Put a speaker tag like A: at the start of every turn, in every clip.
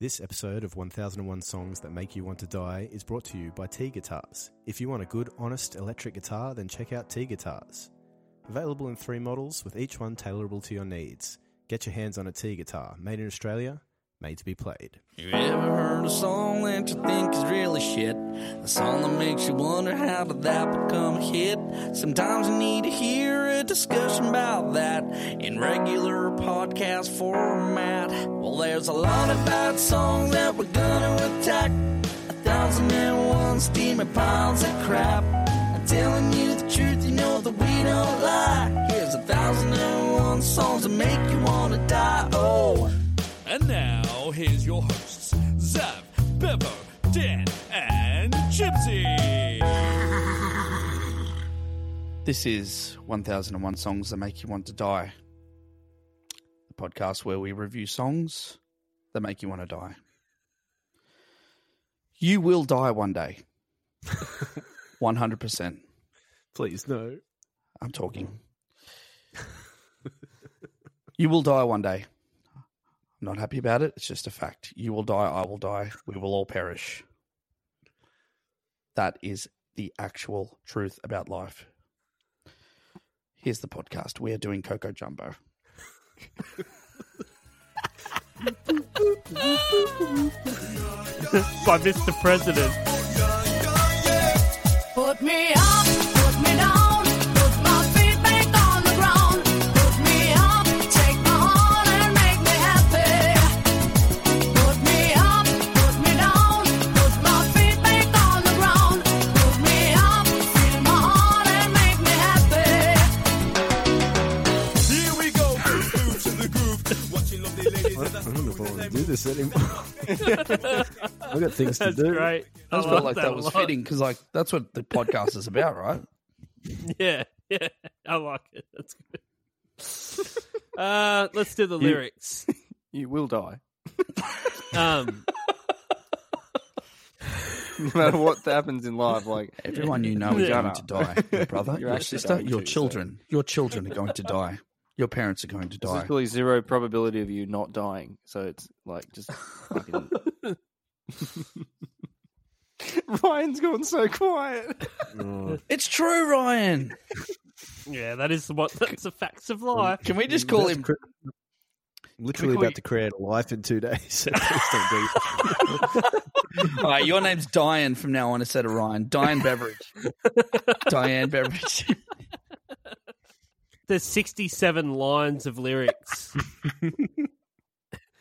A: This episode of 1001 Songs That Make You Want to Die is brought to you by T Guitars. If you want a good, honest electric guitar, then check out T Guitars. Available in three models, with each one tailorable to your needs. Get your hands on a T guitar, made in Australia, made to be played.
B: You ever heard a song that you think is really shit? A song that makes you wonder how did that become a hit? Sometimes you need to hear a discussion about that in regular podcast format. Well, there's a lot of bad songs that we're gonna attack. A thousand and one steamy piles of crap. I'm telling you the truth, you know that we don't lie. Here's a thousand and one songs that make you wanna die. Oh.
C: And now, here's your hosts, Zav, Bevo, Dan, and Gypsy.
D: This is 1001 Songs That Make You Want to Die, the podcast where we review songs that make you want to die. You will die one day. 100%.
A: Please, no.
D: I'm talking. you will die one day. I'm not happy about it. It's just a fact. You will die. I will die. We will all perish. That is the actual truth about life. Here's the podcast. We are doing Coco Jumbo.
E: by Mr. President.
F: Put me up, put me down, put my feet back on the ground. Put me up, take my heart and make me happy. Put me up, put me down, put my feet back on the ground. Put me up, fill my heart and make me happy.
C: Here we go, move to the groove. Watching lovely ladies.
A: I don't know if I want to do this anymore. I've got things to
E: That's
A: do.
E: great.
D: I just felt like that,
E: a
D: was
E: lot.
D: fitting because, like, that's what the podcast is about, right?
E: Yeah, yeah. I like it. That's good. uh, let's do the lyrics.
G: You will die.
E: Um,
G: No matter what happens in life, like
D: Everyone you know is
G: Yeah.
D: going to die. Your brother,
G: You're
D: your
G: actually
D: sister,
G: going
D: your
G: to, so-
D: children. Your children are going to die. Your parents are going to
G: there's
D: die.
G: really zero probability of you not dying. So it's like just fucking Ryan's gone so quiet.
D: It's true, Ryan.
E: yeah, that is what. That's the facts of life.
D: Can we just call
A: That's
D: him?
A: cr- Literally
D: call
A: about
D: you-
A: to create a life in two days. Please don't do that.
D: All right, your name's Diane from now on instead of Ryan. Diane Beveridge. Diane Beveridge.
E: There's 67 lines of lyrics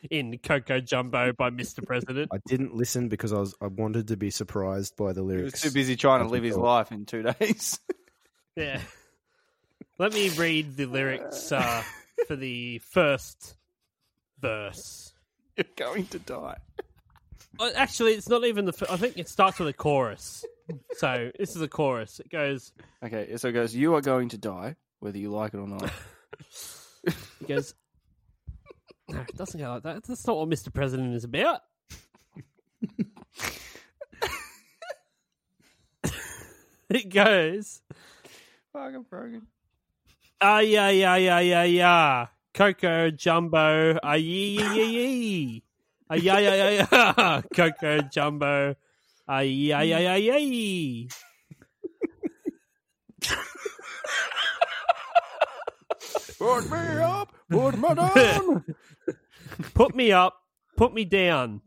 E: in Coco Jumbo by Mr. President.
A: I didn't listen because I was I wanted to be surprised by the
G: He was
A: lyrics.
G: too busy trying to
A: That's
G: live his
A: cool.
G: life in two days.
E: Yeah. Let me read the lyrics uh, for the first verse.
G: You're going to die.
E: Uh, Actually, it's not even the. fir- I think it starts with a chorus. So this is a chorus. It goes.
G: Okay, so it goes, You are going to die, whether you like it or not.
E: It goes. No, it doesn't go like that. That's not what Mr. President is about. it goes.
G: Fuck, I'm broken.
E: Ah yeah yeah yeah yeah yeah. Coco Jumbo. Ah yee yee yee yee. Ah yeah yeah yeah yeah. Coco Jumbo. Ah yeah yeah yeah yeah. yee.
G: Put me up, put me down.
E: Put me up. Put me down.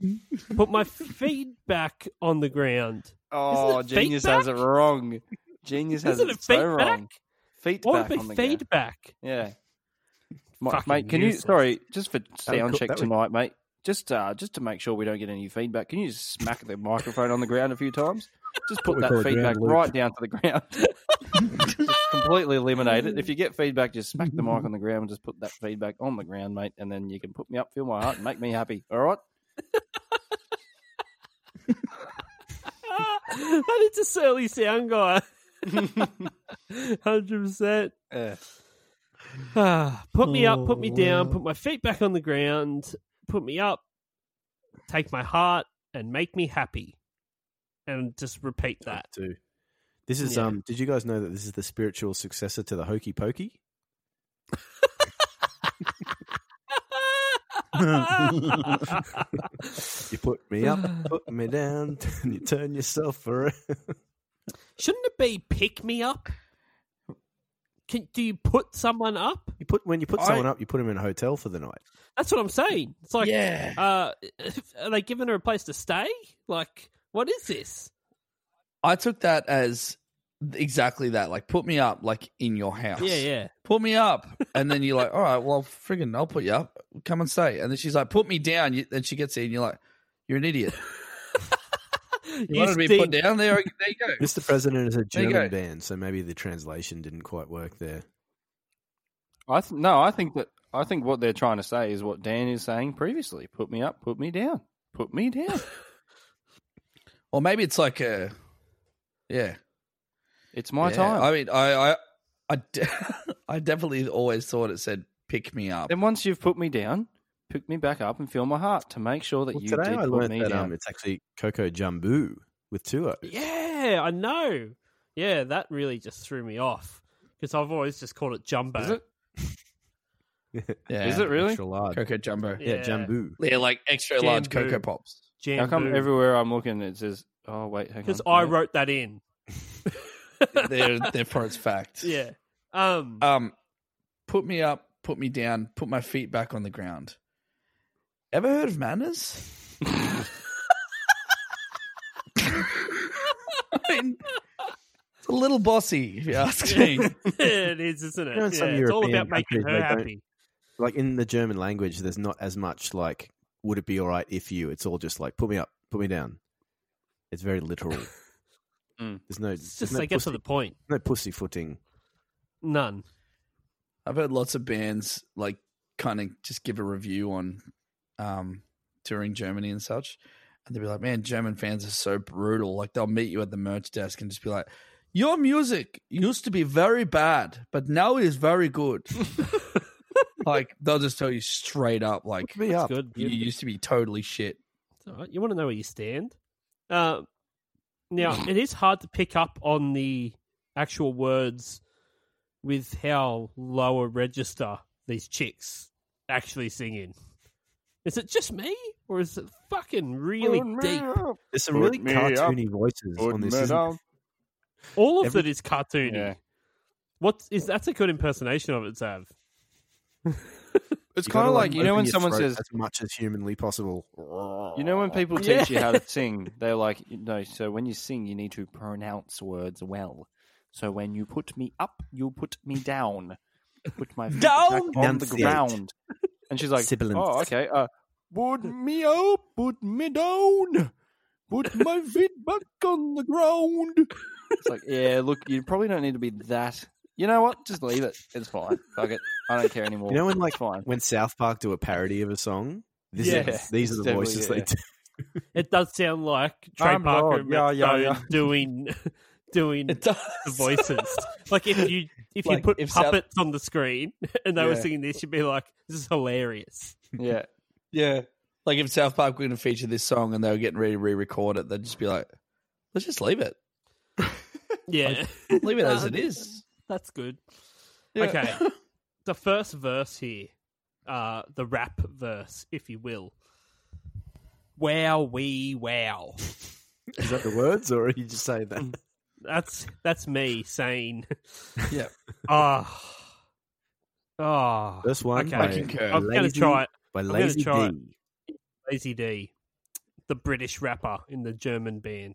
E: Put my feet back on the ground.
G: Oh,
E: Isn't it
G: genius has it
E: feedback?
G: wrong. Genius has
E: Isn't
G: it
E: it
G: so
E: feedback?
G: wrong. Feet
E: What
G: back
E: would
G: on
E: be
G: the ground.
E: feedback?
G: Yeah. Mi-
E: Fucking
G: mate, can you
E: useless.
G: sorry, just for sound
A: cool-
G: check
A: that would-
G: tonight, mate. Just uh just to make sure we don't get any feedback, can you just smack the microphone on the ground a few times? Just put
A: we
G: that
A: call a ground
G: feedback
A: loop.
G: right down to the ground. just completely eliminate it. If you get feedback, just smack the mic on the ground and just put that feedback on the ground, mate, and then you can put me up, feel my heart, and make me happy. All right?
E: Ah, that is a surly sound guy. Hundred percent. Ah,
G: Yeah. Oh.
E: Put me up, put me down, put my feet back on the ground, put me up, take my heart and make me happy. And just repeat that.
A: too. This is
E: Yeah.
A: um. Did you guys know that this is the spiritual successor to the Hokey Pokey? You put me up, put me down, and you turn yourself around.
E: Shouldn't it be pick me up? Can, do you put someone up?
A: You put when you put
D: I-
A: someone up, you put them in a hotel for the night.
E: That's what I'm saying. It's like,
D: yeah.
E: uh, are they giving her a place to stay? Like, what is this?
D: I took that as exactly that. Like, put me up, like in your house.
E: Yeah, yeah.
D: Put me up, and then you're like, all right, well, friggin', I'll put you up. Come and stay. And then she's like, put me down. You, and she gets there, and you're like, you're an idiot.
E: You,
D: You wanted to be put
E: stink.
D: down there. There you go.
A: Mr. President is a
D: you
A: German
D: go.
A: band, so maybe the translation didn't quite work there.
G: I th- no, I think that I think what they're trying to say is what Dan is saying previously. Put me up, put me down, put me down.
D: Or maybe it's like a, yeah,
G: It's my
D: yeah.
G: time.
D: I mean, I, I, I, de- I definitely always thought it said pick me up.
G: then once you've put me down, pick me back up and fill my heart to make sure that
A: Well,
G: you
A: today
G: did
A: I
G: put
A: learned
G: me
A: that
G: down.
A: um, it's actually Coco Jumbo with two O's.
E: Yeah, I know. Yeah, that really just threw me off because I've always just called it jumbo.
G: Is it?
D: Yeah.
G: Is it really?
A: Extra large.
D: Coco Jumbo?
A: Yeah,
E: Yeah.
A: Jumbo.
D: Yeah, like extra large
E: Jambu.
D: Coco Pops.
G: How come
E: Jambu.
G: everywhere I'm looking it says, "Oh wait, hang on."
E: Because I
G: Yeah.
E: wrote that in.
D: they're, therefore, it's fact.
E: Yeah. Um.
D: Um, put me up, put me down, put my feet back on the ground. Ever heard of manners? I mean, it's a little bossy, if you ask me.
E: it is, isn't it?
A: You know, in some
E: Yeah, it's all
A: European
E: about making
A: countries,
E: her
A: they don't-
E: happy.
A: Like in the German language, there's not as much like, would it be all right if you? It's all just like, put me up, put me down. It's very literal.
G: Mm.
A: There's no,
E: Hmm. It's
A: there's
E: just
A: no,
E: they get to
A: pussy,
E: the point.
A: no pussyfooting.
E: None.
D: I've heard lots of bands like kind of just give a review on um, touring Germany and such, and they'll be like, "Man, German fans are so brutal. Like they'll meet you at the merch desk and just be like." Your music used to be very bad, but now it is very good. like they'll just tell you straight up, like
A: Put me
E: It's
A: up.
E: good.
D: you used to be totally shit.
E: It's all right. You want to know where you stand. Uh, now, it is hard to pick up on the actual words with how lower register these chicks actually sing in. Is it just me, or is it fucking really deep?
A: There's some
G: Put
A: really
G: me up,
A: cartoony voices on this. isn't there?
E: All of
A: Every-
E: it is cartoony.
G: Yeah.
E: What is that's a good impersonation of it, Zav?
G: It's
A: You
G: kind
A: gotta,
G: of like you know
A: open
G: when
A: your
G: someone
A: throat
G: says
A: as much as humanly possible.
G: You know when people teach
E: Yeah.
G: you how to sing, they're like, you know, so when you sing, you need to pronounce words well. So when you put me up, you put me down. Put my feet back on the
A: Enunciate.
G: ground. And she's like,
A: Sibilance.
G: oh, okay. Uh, put me up, put me down. Put my feet back on the ground. It's like, yeah, look, you probably don't need to be that. You know what? Just leave it. It's fine. Fuck it. I don't care anymore.
A: You know when, like-
G: it's fine.
A: when South Park do a parody of a song, this is-
G: Yeah,
A: these are
G: it's
A: the
G: definitely-
A: voices
G: yeah.
A: they do.
E: It does sound like Trey
G: I'm
E: Parker
G: Lord.
E: and
G: Yeah,
E: Matt
G: yeah,
E: Stone
G: yeah.
E: doing doing
D: It does.
E: the voices. like if you if you
D: Like,
E: put
D: if South-
E: puppets on the screen and they were
G: Yeah.
E: singing this, you'd be like, "This is hilarious."
G: Yeah.
D: Yeah. Like if South Park were going to feature this song and they were getting ready to re-record it, they'd just be like, "Let's just leave it.
E: Yeah,
D: Leave it as it is."
E: that's good.
D: Yeah.
E: Okay, the first verse here, uh, the rap verse, if you will. Wow, we wow.
A: Is that the words, or are you just saying
E: Hmm.
A: that?
E: That's that's me saying,
D: Yeah.
E: ah, ah.
A: First one
E: Okay.
A: by,
D: I concur.
E: I'm gonna
A: Lazy-
E: try it.
A: by
E: gonna
A: Lazy
E: try it.
A: D.
E: Lazy D, the British rapper in the German band.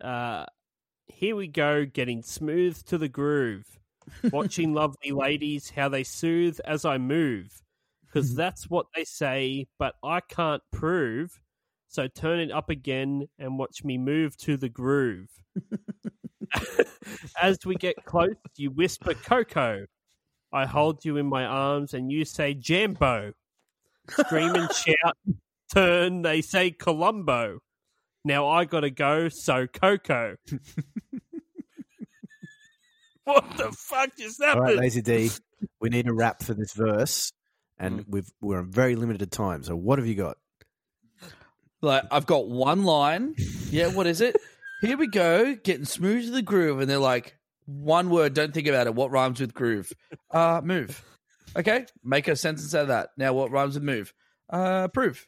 E: Uh, here we go, getting smooth to the groove, watching lovely ladies how they soothe as I move, because that's what they say, but I can't prove. So turn it up again and watch me move to the groove. as we get close, you whisper Coco. I hold you in my arms and you say Jambo. Scream and shout turn, they say Colombo. Now I gotta go, so Coco. what the fuck just
A: All
E: happened?
A: right, Lazy D, we need a rap for this verse, and we've we're in very limited time. So what have you got?
D: Like I've got one line. Yeah, what is it? Here we go, getting smooth to the groove, and they're like, one word. Don't think about it. What rhymes with groove? Uh, move. Okay, make a sentence out of that. Now, what rhymes with move? Uh, approve.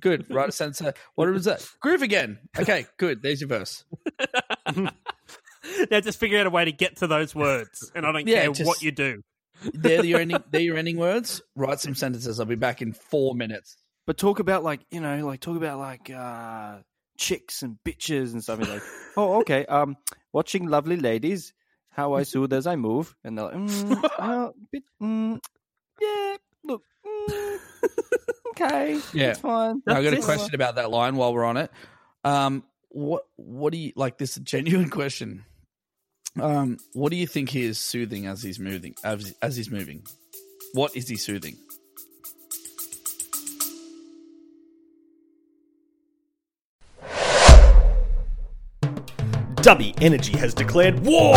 D: Good. Right. Sensor. What was that? Groove again. Okay. Good. There's your verse.
E: Now just figure out a way to get to those words, and I don't
D: Yeah,
E: care
D: just-
E: what you do.
D: They're the ending. They're your ending words. Write some sentences. I'll be back in four minutes.
G: But talk about like you know, like talk about like uh chicks and bitches and stuff. You're like, oh, okay. Um, watching lovely ladies. How I soothe as I move, and they're like, mm, uh, bit, mm, yeah. Look, mm, okay,
D: Yeah.
G: it's fine.
D: Now, I got a
E: That's it.
D: question about that line while we're on it. Um, what what do you like? This is a genuine question. Um, what do you think he is soothing as he's moving? As, as he's moving, what is he soothing?
H: Dubby Energy has declared war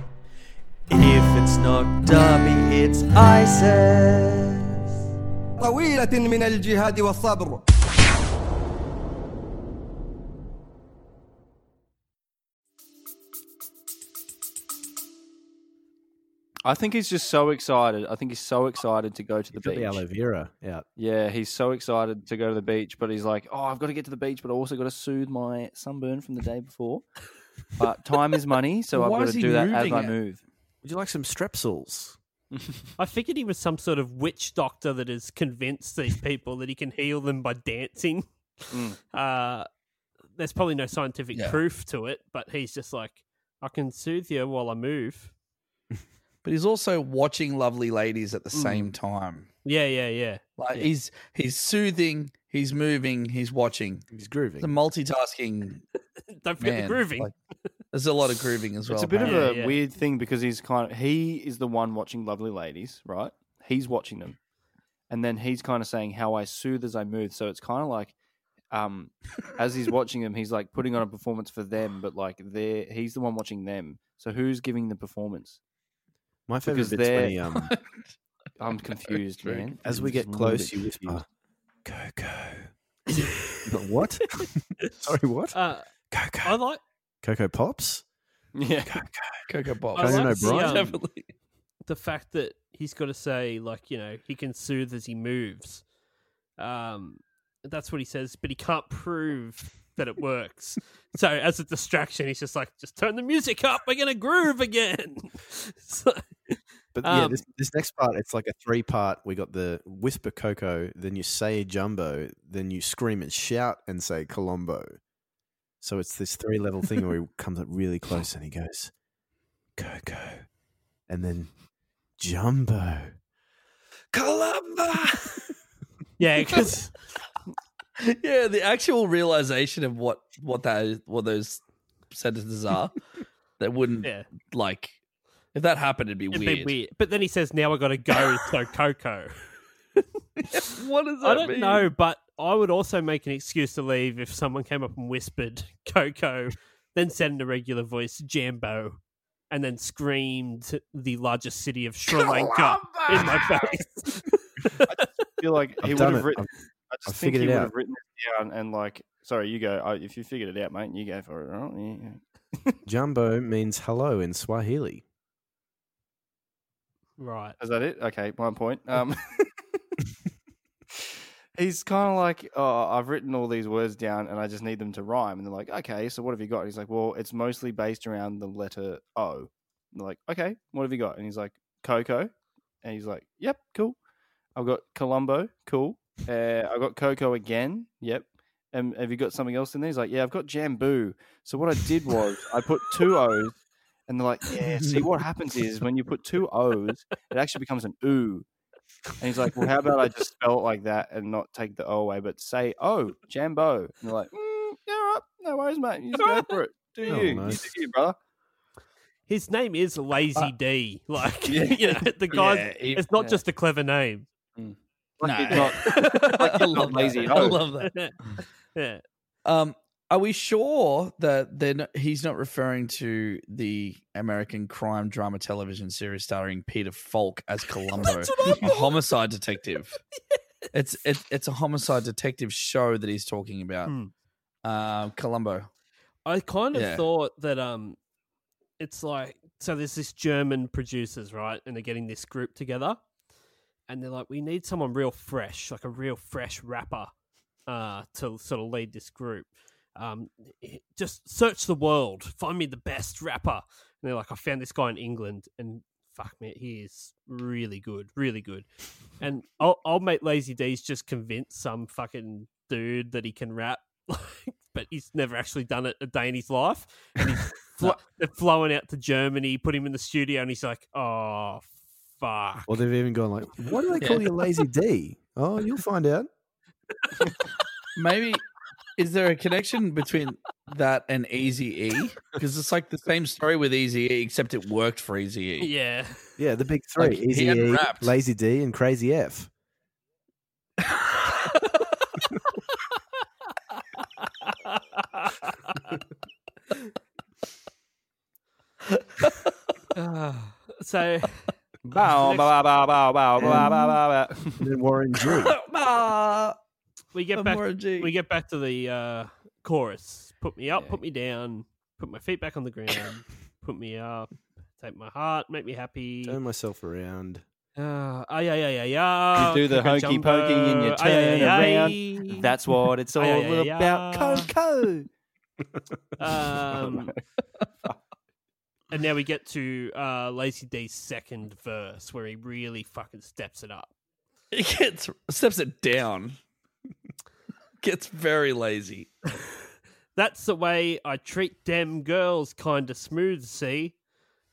H: if it's not dubby, it's ISIS.
I: طويلة من الجهاد والصبر
G: I think he's just so excited. I think he's so excited to go to the
A: Got the aloe
G: beach.
A: vera out.
G: Yeah, he's so excited to go to the beach, but he's like, "Oh, I've got to get to the beach, but I also got to soothe my sunburn from the day before." But time is money, so I've
D: Why
G: got
D: is
G: to
D: he
G: do that as
D: moving
G: I
D: it?
G: move.
A: Would you like some strepsils?
E: I figured he was some sort of witch doctor that has convinced these people that he can heal them by dancing. Uh, there's probably no scientific
D: Mm. Yeah.
E: proof to it, but he's just like, I can soothe you while I move.
D: But he's also watching lovely ladies at the same time.
E: Yeah, yeah, yeah.
D: Like he's he's soothing, he's moving, he's watching.
A: He's
D: The
A: grooving.
D: multitasking.
E: Don't forget
D: man,
E: the grooving.
D: like, there's a lot of grooving as well.
G: It's a bit of
D: man.
E: Yeah,
G: a
E: yeah.
G: weird thing because he's kind of he is the one watching lovely ladies, right? He's watching them, and then he's kind of saying how I soothe as I move. So it's kind of like, um, as he's watching them, he's like putting on a performance for them, but like they're he's the one watching them. So who's giving the performance?
A: My favorite
G: because
A: bit's
G: they're-
A: when he, um,
G: I'm confused,
D: very
G: man.
A: as
G: I'm
A: we get
G: just a little
A: close,
G: bit
A: you
G: confused.
A: whisper, Coco. but what? Sorry, what?
E: Uh, I
A: Coco.
E: like.
A: Coco Pops?
G: Yeah.
D: Cocoa Bob.
E: I
A: Conan
E: like the,
A: O'Brien.
E: um, the fact that he's got to say like you know he can soothe as he moves um that's what he says but he can't prove that it works so as a distraction he's just like just turn the music up we're gonna groove again so,
A: But yeah,
E: Um,
A: this, this next part, it's like a three part. We got the whisper Coco, then you say Jumbo, then you scream and shout and say Colombo. So it's this three level thing where he comes up really close and he goes, Coco, and then Jumbo.
D: Columba.
E: yeah because
D: yeah, the actual realization of what what that is, what those sentences are that wouldn't
E: yeah
D: like if that happened it'd be
E: it'd
D: weird.
E: be weird but then he says now i gotta go so coco
D: What does that
E: i don't
D: mean?
E: know but i would also make an excuse to leave if someone came up and whispered coco then said in a regular voice jambo and then screamed the largest city of sri lanka in my face
G: I feel like
A: I've
G: he would
A: done
G: have
A: it.
G: written.
A: I've-
G: I
A: I've
G: just think
A: figured
G: he
A: it
G: would
A: out.
G: have written it down and like, sorry, you go. Oh, if you figured it out, mate, you go for it. all right? Yeah, yeah.
A: Jumbo means hello in Swahili.
E: right
G: Is that it? Okay, one point. Um, he's kind of like, oh, I've written all these words down and I just need them to rhyme. And they're like, okay, so what have you got? And he's like, well, it's mostly based around the letter O. And they're like, okay, what have you got? And he's like, Coco. And he's like, yep, cool. I've got Columbo, cool. Uh, I've got Coco again, yep. And have you got something else in there? He's like, yeah, I've got Jambu. So what I did was I put two O's. And they're like, yeah, see what happens is when you put two O's, it actually becomes an ooh. And he's like, well, how about I just spell it like that and not take the O away, but say, oh, Jambo. And they're like, mm, yeah, all right, no worries, mate. You just go for it. Do
A: Oh,
G: you. You
A: nice.
G: do you, brother.
E: his name is lazy d like
G: Yeah.
E: you know the guy
D: Uh, Yeah, he-
E: it's not
G: yeah.
E: just a clever name
G: Like
D: No.
G: you're not, like you're not lazy at
D: I
G: all.
D: love that. Um, are we sure that they're not, he's not referring to the American crime drama television series starring Peter Falk as Columbo, a homicide detective? It's it, it's a homicide detective show that he's talking about.
H: Hmm.
D: Um, Columbo.
E: I kind of
D: Yeah.
E: thought that um, it's like so. There's this German producers, right, and they're getting this group together, and they're like, we need someone real fresh, like a real fresh rapper, uh, to sort of lead this group. Um, h- just search the world, find me the best rapper. And they're like, I found this guy in England, and fuck me, he is really good, really good. And I'll, I'll make Lazy D's just convince some fucking dude that he can rap, like, but he's never actually done it a day in his life. And he's flo- they're flown out to Germany, put him in the studio, and he's like, oh, fuck.
A: Or they've even gone like, why do they call you Lazy D? Oh, you'll find out.
D: Maybe is there a connection between that and Easy E? Because it's like the same story with Easy E, except it worked for Easy E.
E: Yeah.
A: Yeah, the big three:
D: Like, he
A: Easy
D: hadn't
A: E,
D: rapped.
A: Lazy D, and Crazy F.
E: Ah, so
G: Bow, bow, bow, bow, bow, bow, bow, bow, bow.
A: And then Warren G.
E: we get
D: I'm
E: back
D: Warren G.
E: we get back to the uh, chorus. Put me up, put me down, put my feet back on the ground, put me up, take my heart, make me happy.
A: Turn myself around.
E: Uh, ay, ay, ay, ay, ay,
G: You do the hokey
E: jumbo.
G: pokey and you
E: Ay, ay,
G: turn
E: ay, ay.
G: around. That's what it's all
E: Ay, ay, ay,
G: about.
E: ah.
G: Coco.
E: Um, and now we get to uh, Lacey D's second verse where he really fucking steps it up.
D: It gets steps it down. gets very lazy.
E: That's the way I treat them girls, kinda smooth, see?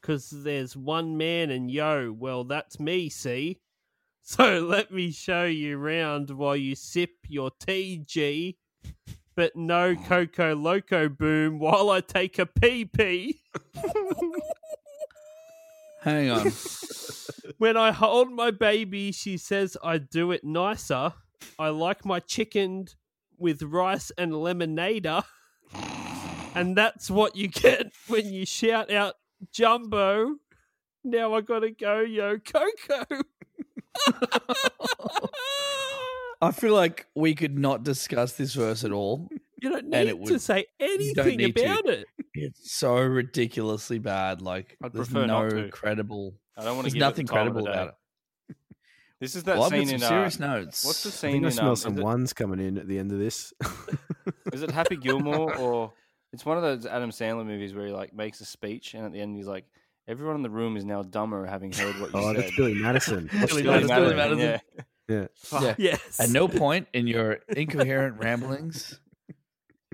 E: Cause there's one man and yo, well, that's me, see? So let me show you round while you sip your tea, G. But no Coco Loco boom while I take a pee pee.
D: Hang on.
E: When I hold my baby, she says I do it nicer. I like my chicken with rice and lemonader. And that's what you get when you shout out Jumbo. Now I gotta go, yo, Coco.
D: I feel like we could not discuss this verse at all.
E: You don't
D: And
E: need
D: it would-
E: to say anything
D: need to.
E: about it.
D: It's so ridiculously bad. Like
G: I'd
D: there's
G: prefer
D: no
G: not to.
D: credible.
G: I don't want to
D: There's
G: give
D: nothing
G: it the time
D: credible
G: of the day.
D: about it.
G: This is that
D: well, I've got
G: scene
D: some
G: in uh,
D: serious notes.
G: what's the
A: I
G: scene
A: think I
G: in
A: smell
G: um,
A: some
G: is it-
A: ones coming in at the end of this. Oh,
G: Is it Happy Gilmore or it's one of those Adam Sandler movies where he like makes a speech and at the end he's like, "Everyone in the room is now dumber having heard what you
A: oh,
G: said."
A: that's Billy Madison. That's
E: Billy
G: Billy
D: Billy
E: Madison.
G: Madison,
D: Madison.
G: Yeah.
D: Yeah.
E: Yes.
D: At no point in your incoherent ramblings.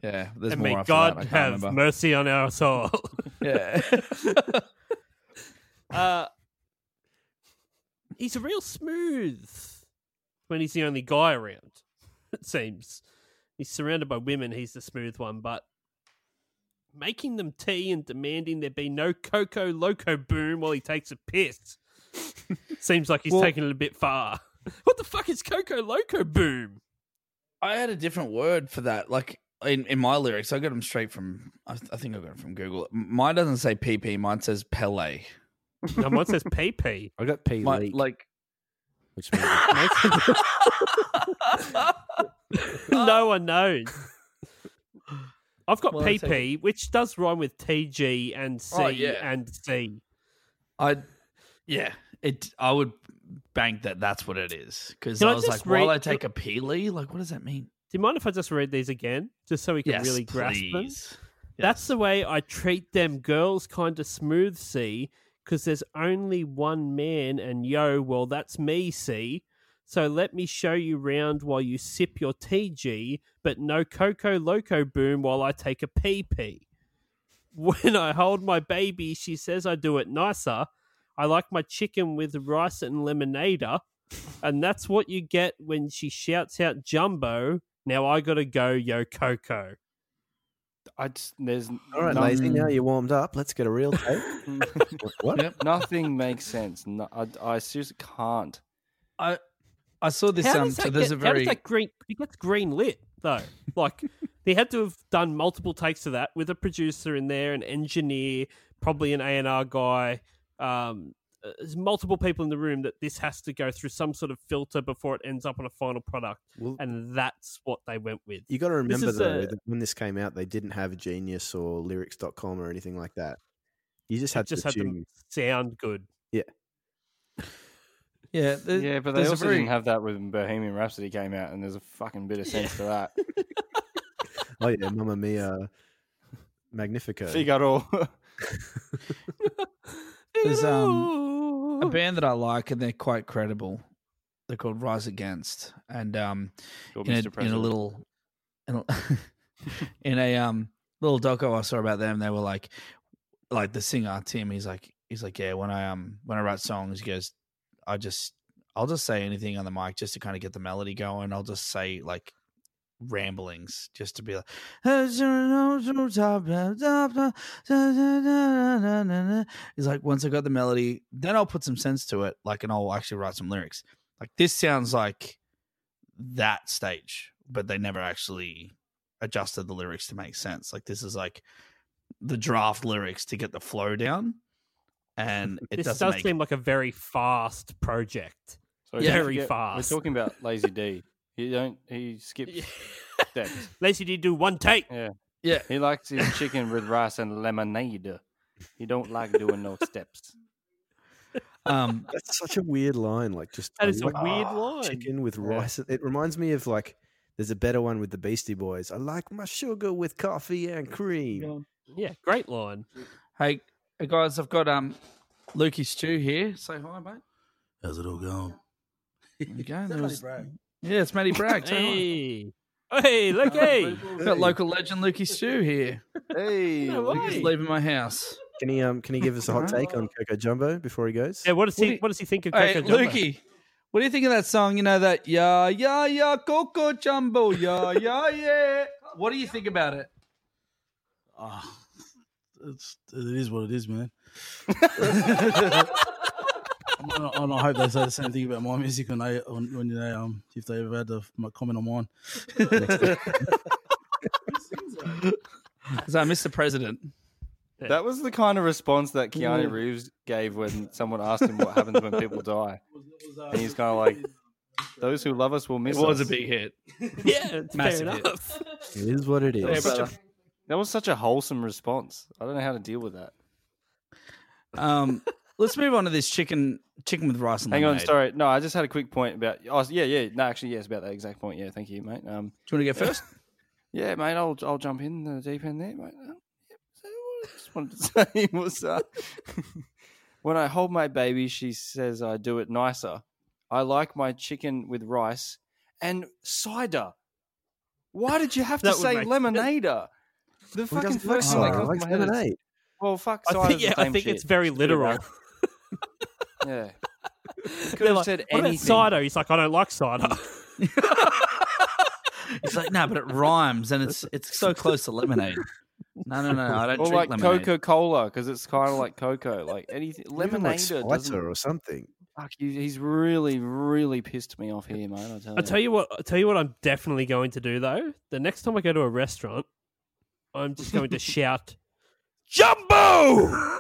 D: Yeah, there's
E: and
D: more.
E: may
D: after
E: God
D: that. I can't
E: have
D: remember.
E: mercy on our soul.
D: Yeah.
E: Uh, he's a real smooth when he's the only guy around. It seems he's surrounded by women. He's the smooth one, but making them tea and demanding there be no coco loco boom while he takes a piss seems like he's
D: Well-
E: taking it a bit far. What the fuck is coco loco boom?
D: I had a different word for that. Like in, in my lyrics, I got them straight from. I, I think I got it from Google. M- Mine doesn't say PP. Mine says Pele.
E: No, mine says pee pee.
A: I got P
D: My,
A: leak,
D: like
A: which means
E: no one knows. I've got
D: Um, Well, I take it-
E: PP, which does rhyme with TG and C
D: Oh, yeah.
E: and C.
D: I, yeah. It. I would bank that that's what it is because
E: Can
D: I
E: I
D: was like,
E: just read-
D: while I take a Pele, like what does that mean?
E: Do you mind if I just read these again, just so we can
D: Yes,
E: really grasp them?
D: please.
E: That's the way I treat them girls, kind of smooth, see? Because there's only one man, and yo, well, that's me, see? So let me show you round while you sip your TG, but no Coco Loco boom while I take a pee pee. When I hold my baby, she says I do it nicer. I like my chicken with rice and lemonader. And that's what you get when she shouts out Jumbo. Now I gotta go, yo, Coco.
G: I just there's
A: all right,
G: no-
A: lazy. Now you're warmed up. Let's get a real take. what?
D: Yep.
G: nothing makes sense. No, I, I seriously can't.
D: I I saw this.
E: How
D: um,
E: does
D: so
E: that
D: there's
E: get-
D: a
E: how
D: very
E: does that green? It gets green lit though. Like they had to have done multiple takes of that with a producer in there, an engineer, probably an A and R guy. Um, uh, there's multiple people in the room that this has to go through some sort of filter before it ends up on a final product,
A: Well-
E: and that's what they went with.
A: You got to remember
E: is
A: though,
E: a-
A: that when this came out, they didn't have Genius or Lyrics.com or anything like that. You just had
E: It just
A: to
E: had
A: tune.
E: to sound good.
D: yeah, there-
G: Yeah, but
D: there's
G: they
D: a
G: also
D: very-
G: didn't have that when Bohemian Rhapsody came out, and there's a fucking bit of sense to that.
A: Oh yeah, Mamma Mia, Magnifico.
G: Figaro.
D: There's, um, a band that I like, and they're quite credible. They're called Rise Against, and um,
G: You're
D: in
G: Mr.
D: a, in a
G: President.
D: little in a, in a um little doco I saw about them. They were like, like the singer Tim. He's like, he's like, yeah. When I um when I write songs, he goes, I just I'll just say anything on the mic just to kind of get the melody going. I'll just say like ramblings just to be like he's like once i got the melody then i'll put some sense to it like and i'll actually write some lyrics like this sounds like that stage, but they never actually adjusted the lyrics to make sense. Like this is like the draft lyrics to get the flow down, and it
E: this
D: doesn't
E: does
D: make
E: seem like a very fast project.
G: Sorry,
E: Yeah.
G: don't
E: Very
G: forget,
E: fast.
G: We're talking about Lazy D. He don't. He skips steps.
E: Lacey, did do one take.
D: yeah.
G: He likes his chicken with rice and lemonade. He don't like doing no steps.
D: Um,
A: That's such a weird line. Like just
E: That
A: I
E: is a
A: like
E: weird line.
A: chicken with rice. It reminds me of like there's a better one with the Beastie Boys. I like my sugar with coffee and cream.
E: Yeah, great line.
D: hey hey, guys, I've got um Lukey Stew here. Say hi, mate.
B: How's it all going?
D: There you go. There was- yeah, it's Matty Bragg. Say hi.
E: Hey, hey, look, hey.
D: We've got local legend Lukey Stew here.
G: Hey,
E: No
G: look-
E: way.
D: He's leaving my house.
A: Can he um can he give us a hot take on Coco Jumbo before he goes?
E: Yeah, what does
D: What
E: he
D: do you-
E: what does he think of Coco
D: Hey,
E: Jumbo?
D: Lukey, what do you think of that song? You know that yeah yeah yeah Coco Jumbo yeah yeah yeah. What do you think about it?
B: Ah, it's it is what it is, man. I'm gonna- and I hope they say the same thing about my music when they when, when they um if they ever had a my comment on mine.
D: Is that Mr. President?
G: that was the kind of response that Keanu Reeves gave when someone asked him what happens when people die, and he's kind of like, "Those who love us will miss." us."
D: hit.
E: Yeah, it's fair
D: Massive hit.
E: enough.
A: It is what it is.
D: brother.
G: That was such a wholesome response. I don't know how to deal with that.
D: Um, let's move on to this chicken chicken with rice and
G: Hang on,
D: lemonade.
G: sorry. No, I just had a quick point about. Oh, yeah, yeah. No, actually, yes, about that exact point. Yeah, thank you, mate. Um,
D: Do you want to go first?
G: Yeah, mate, I'll I'll jump in the deep end there, mate. Um, yeah, so what I just wanted to say was uh, when I hold my baby, she says I do it nicer. I like my chicken with rice and cider. Why did you have to
E: That would
G: say
E: make-
G: lemonader? The
A: He
G: fucking
A: doesn't Oh, like
G: first thing that
A: cider, he
G: comes
A: likes
G: to my head is,
A: lemonade.
G: Well, fuck
E: I
G: cider.
E: think, yeah, I think it's very literal.
G: Yeah.
E: They're
G: have
E: like,
G: said
E: what about
G: anything."
E: cider? He's like, I don't like cider.
D: It's like no, but it rhymes and it's it's so close to lemonade. No, no, no, I don't
G: Or
D: drink
G: like
D: lemonade.
G: Coca Cola because it's kind of like cocoa. Like anything,
A: Even
G: lemonade
A: like
G: doesn't.
A: Splitter or something.
G: Fuck, you, he's really, really pissed me off here, mate. I tell you.
E: I tell you what, I tell you what, I'm definitely going to do though. The next time I go to a restaurant, I'm just going to shout
D: Jumbo.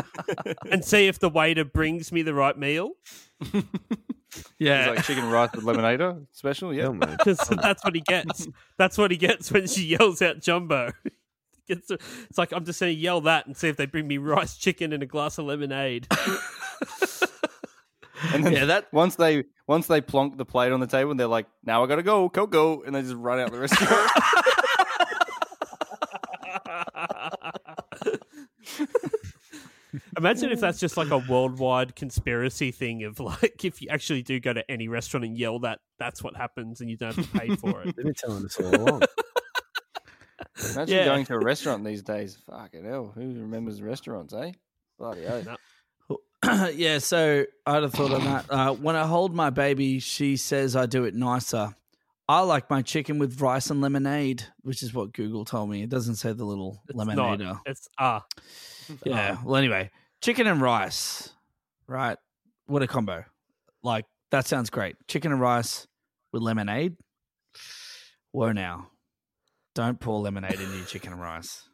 E: and see if the waiter brings me the right meal
G: It's
D: yeah,
G: like chicken rice with lemonade special. Yeah,
A: Hell no.
E: because that's what he gets. That's what he gets when she yells out jumbo. It's, it's like I'm just going to yell that and see if they bring me rice, chicken, and a glass of lemonade.
G: and then
D: yeah, that
G: once they once they plonk the plate on the table and they're like, "Now I gotta go, Coco," and they just run out the restaurant.
E: Imagine if that's just like a worldwide conspiracy thing of like if you actually do go to any restaurant and yell that, that's what happens and you don't have to pay for it.
A: They've been telling us all along.
G: Imagine
E: Yeah.
G: going to a restaurant these days. Fucking hell, who remembers restaurants, eh? Bloody hell.
D: yeah, so I'd have thought on that. Uh, when I hold my baby, she says I do it nicer. I like my chicken with rice and lemonade, which is what Google told me. It doesn't say the little
E: It's
D: lemonade. oh.
E: not. It's ah.
D: Um, Yeah. Well, anyway, chicken and rice, right? What a combo! Like That sounds great. Chicken and rice with lemonade. Whoa, now. Don't pour lemonade into your chicken and rice.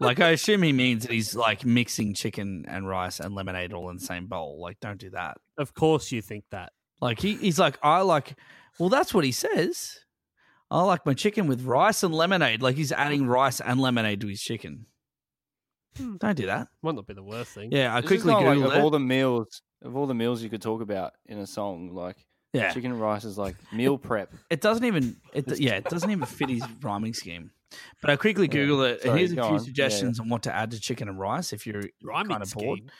D: like, I assume he means that he's like mixing chicken and rice and lemonade all in the same bowl. Like, don't do that.
E: Of course you think that.
D: Like, he, he's like, I like, well, that's what he says. I like my chicken with rice and lemonade. Like, he's adding rice and lemonade to his chicken. Don't do that.
E: Might not be the worst thing.
D: Yeah, I
G: This is
D: quickly
G: not, like,
D: Googled
G: of all
D: it.
G: the meals of all the meals you could talk about in a song, like
D: yeah.
G: chicken and rice is like meal prep.
D: It doesn't even. It yeah. It doesn't even fit his rhyming scheme. But I quickly Googled it, and
G: Sorry,
D: here's a
G: go
D: few
G: on. Yeah,
D: suggestions on what to add to chicken and rice if you're
E: Rhyming
D: kind of bored.
E: scheme.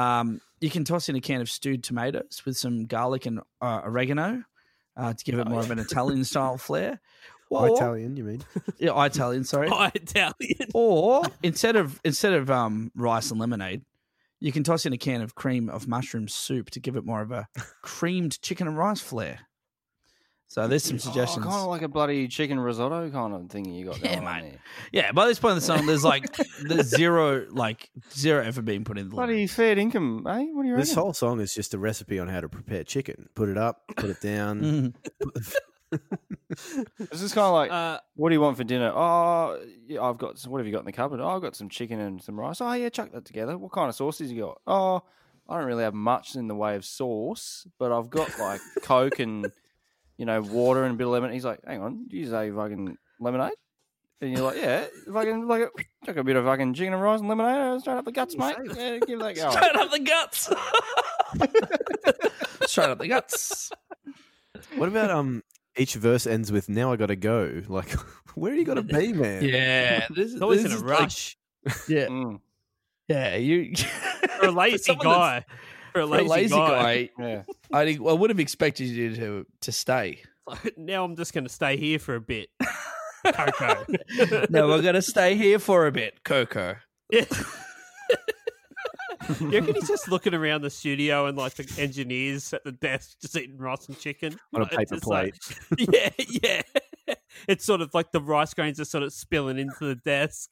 D: Um, you can toss in a can of stewed tomatoes with some garlic and uh, oregano uh, to give it more of an Italian style flair. Or,
A: Italian, you mean?
D: Yeah, Italian. Sorry.
E: By Italian.
D: Or instead of instead of um, rice and lemonade, you can toss in a can of cream of mushroom soup to give it more of a creamed chicken and rice flair. So there's some suggestions.
G: kind of Oh, like a bloody chicken risotto kind of thing you got
D: Yeah,
G: going on
D: mate.
G: there.
D: Yeah, by this point in the song, there's like there's zero like zero effort being put into the lyrics.
G: Bloody fair income, eh? What do you
A: This
G: reckon?
A: whole song is just a recipe on how to prepare chicken. Put it up, put it down.
G: Mm-hmm.
D: Mhm.
G: This is kind of like,
E: Uh,
G: what do you want for dinner? Oh, yeah, I've got some. What have you got in the cupboard? Oh, I've got some chicken and some rice. Oh, yeah, chuck that together. What kind of sauces you got? Oh, I don't really have much in the way of sauce, but I've got like Coke and you know water and a bit of lemon. He's like, hang on, do you say fucking lemonade? And you're like, yeah, fucking like chuck a bit of fucking chicken and rice and lemonade uh, straight up the guts, mate. Yeah, give that go.
D: Straight up the guts. Straight up the guts.
A: What about um? Each verse ends with "Now I gotta go." Like, where you gotta be, man?
D: Yeah, this,
E: It's always
D: this
E: in
D: is
E: a
D: like-
E: rush.
D: yeah,
G: Mm,
D: yeah. You
E: For a lazy
D: someone that's-
E: guy. For a
D: for a
E: lazy, guy.
G: yeah.
D: I think- I would have expected you to to stay.
E: now I'm just going to stay here for a bit. Coco.
D: No, we're gonna stay here for a bit, Coco.
E: Yeah. you reckon he's just looking around the studio and like the engineers at the desk just eating rice and chicken
A: On a
E: Like,
A: paper
E: it's just like- yeah, yeah. It's sort of like the rice grains are sort of spilling into the desk,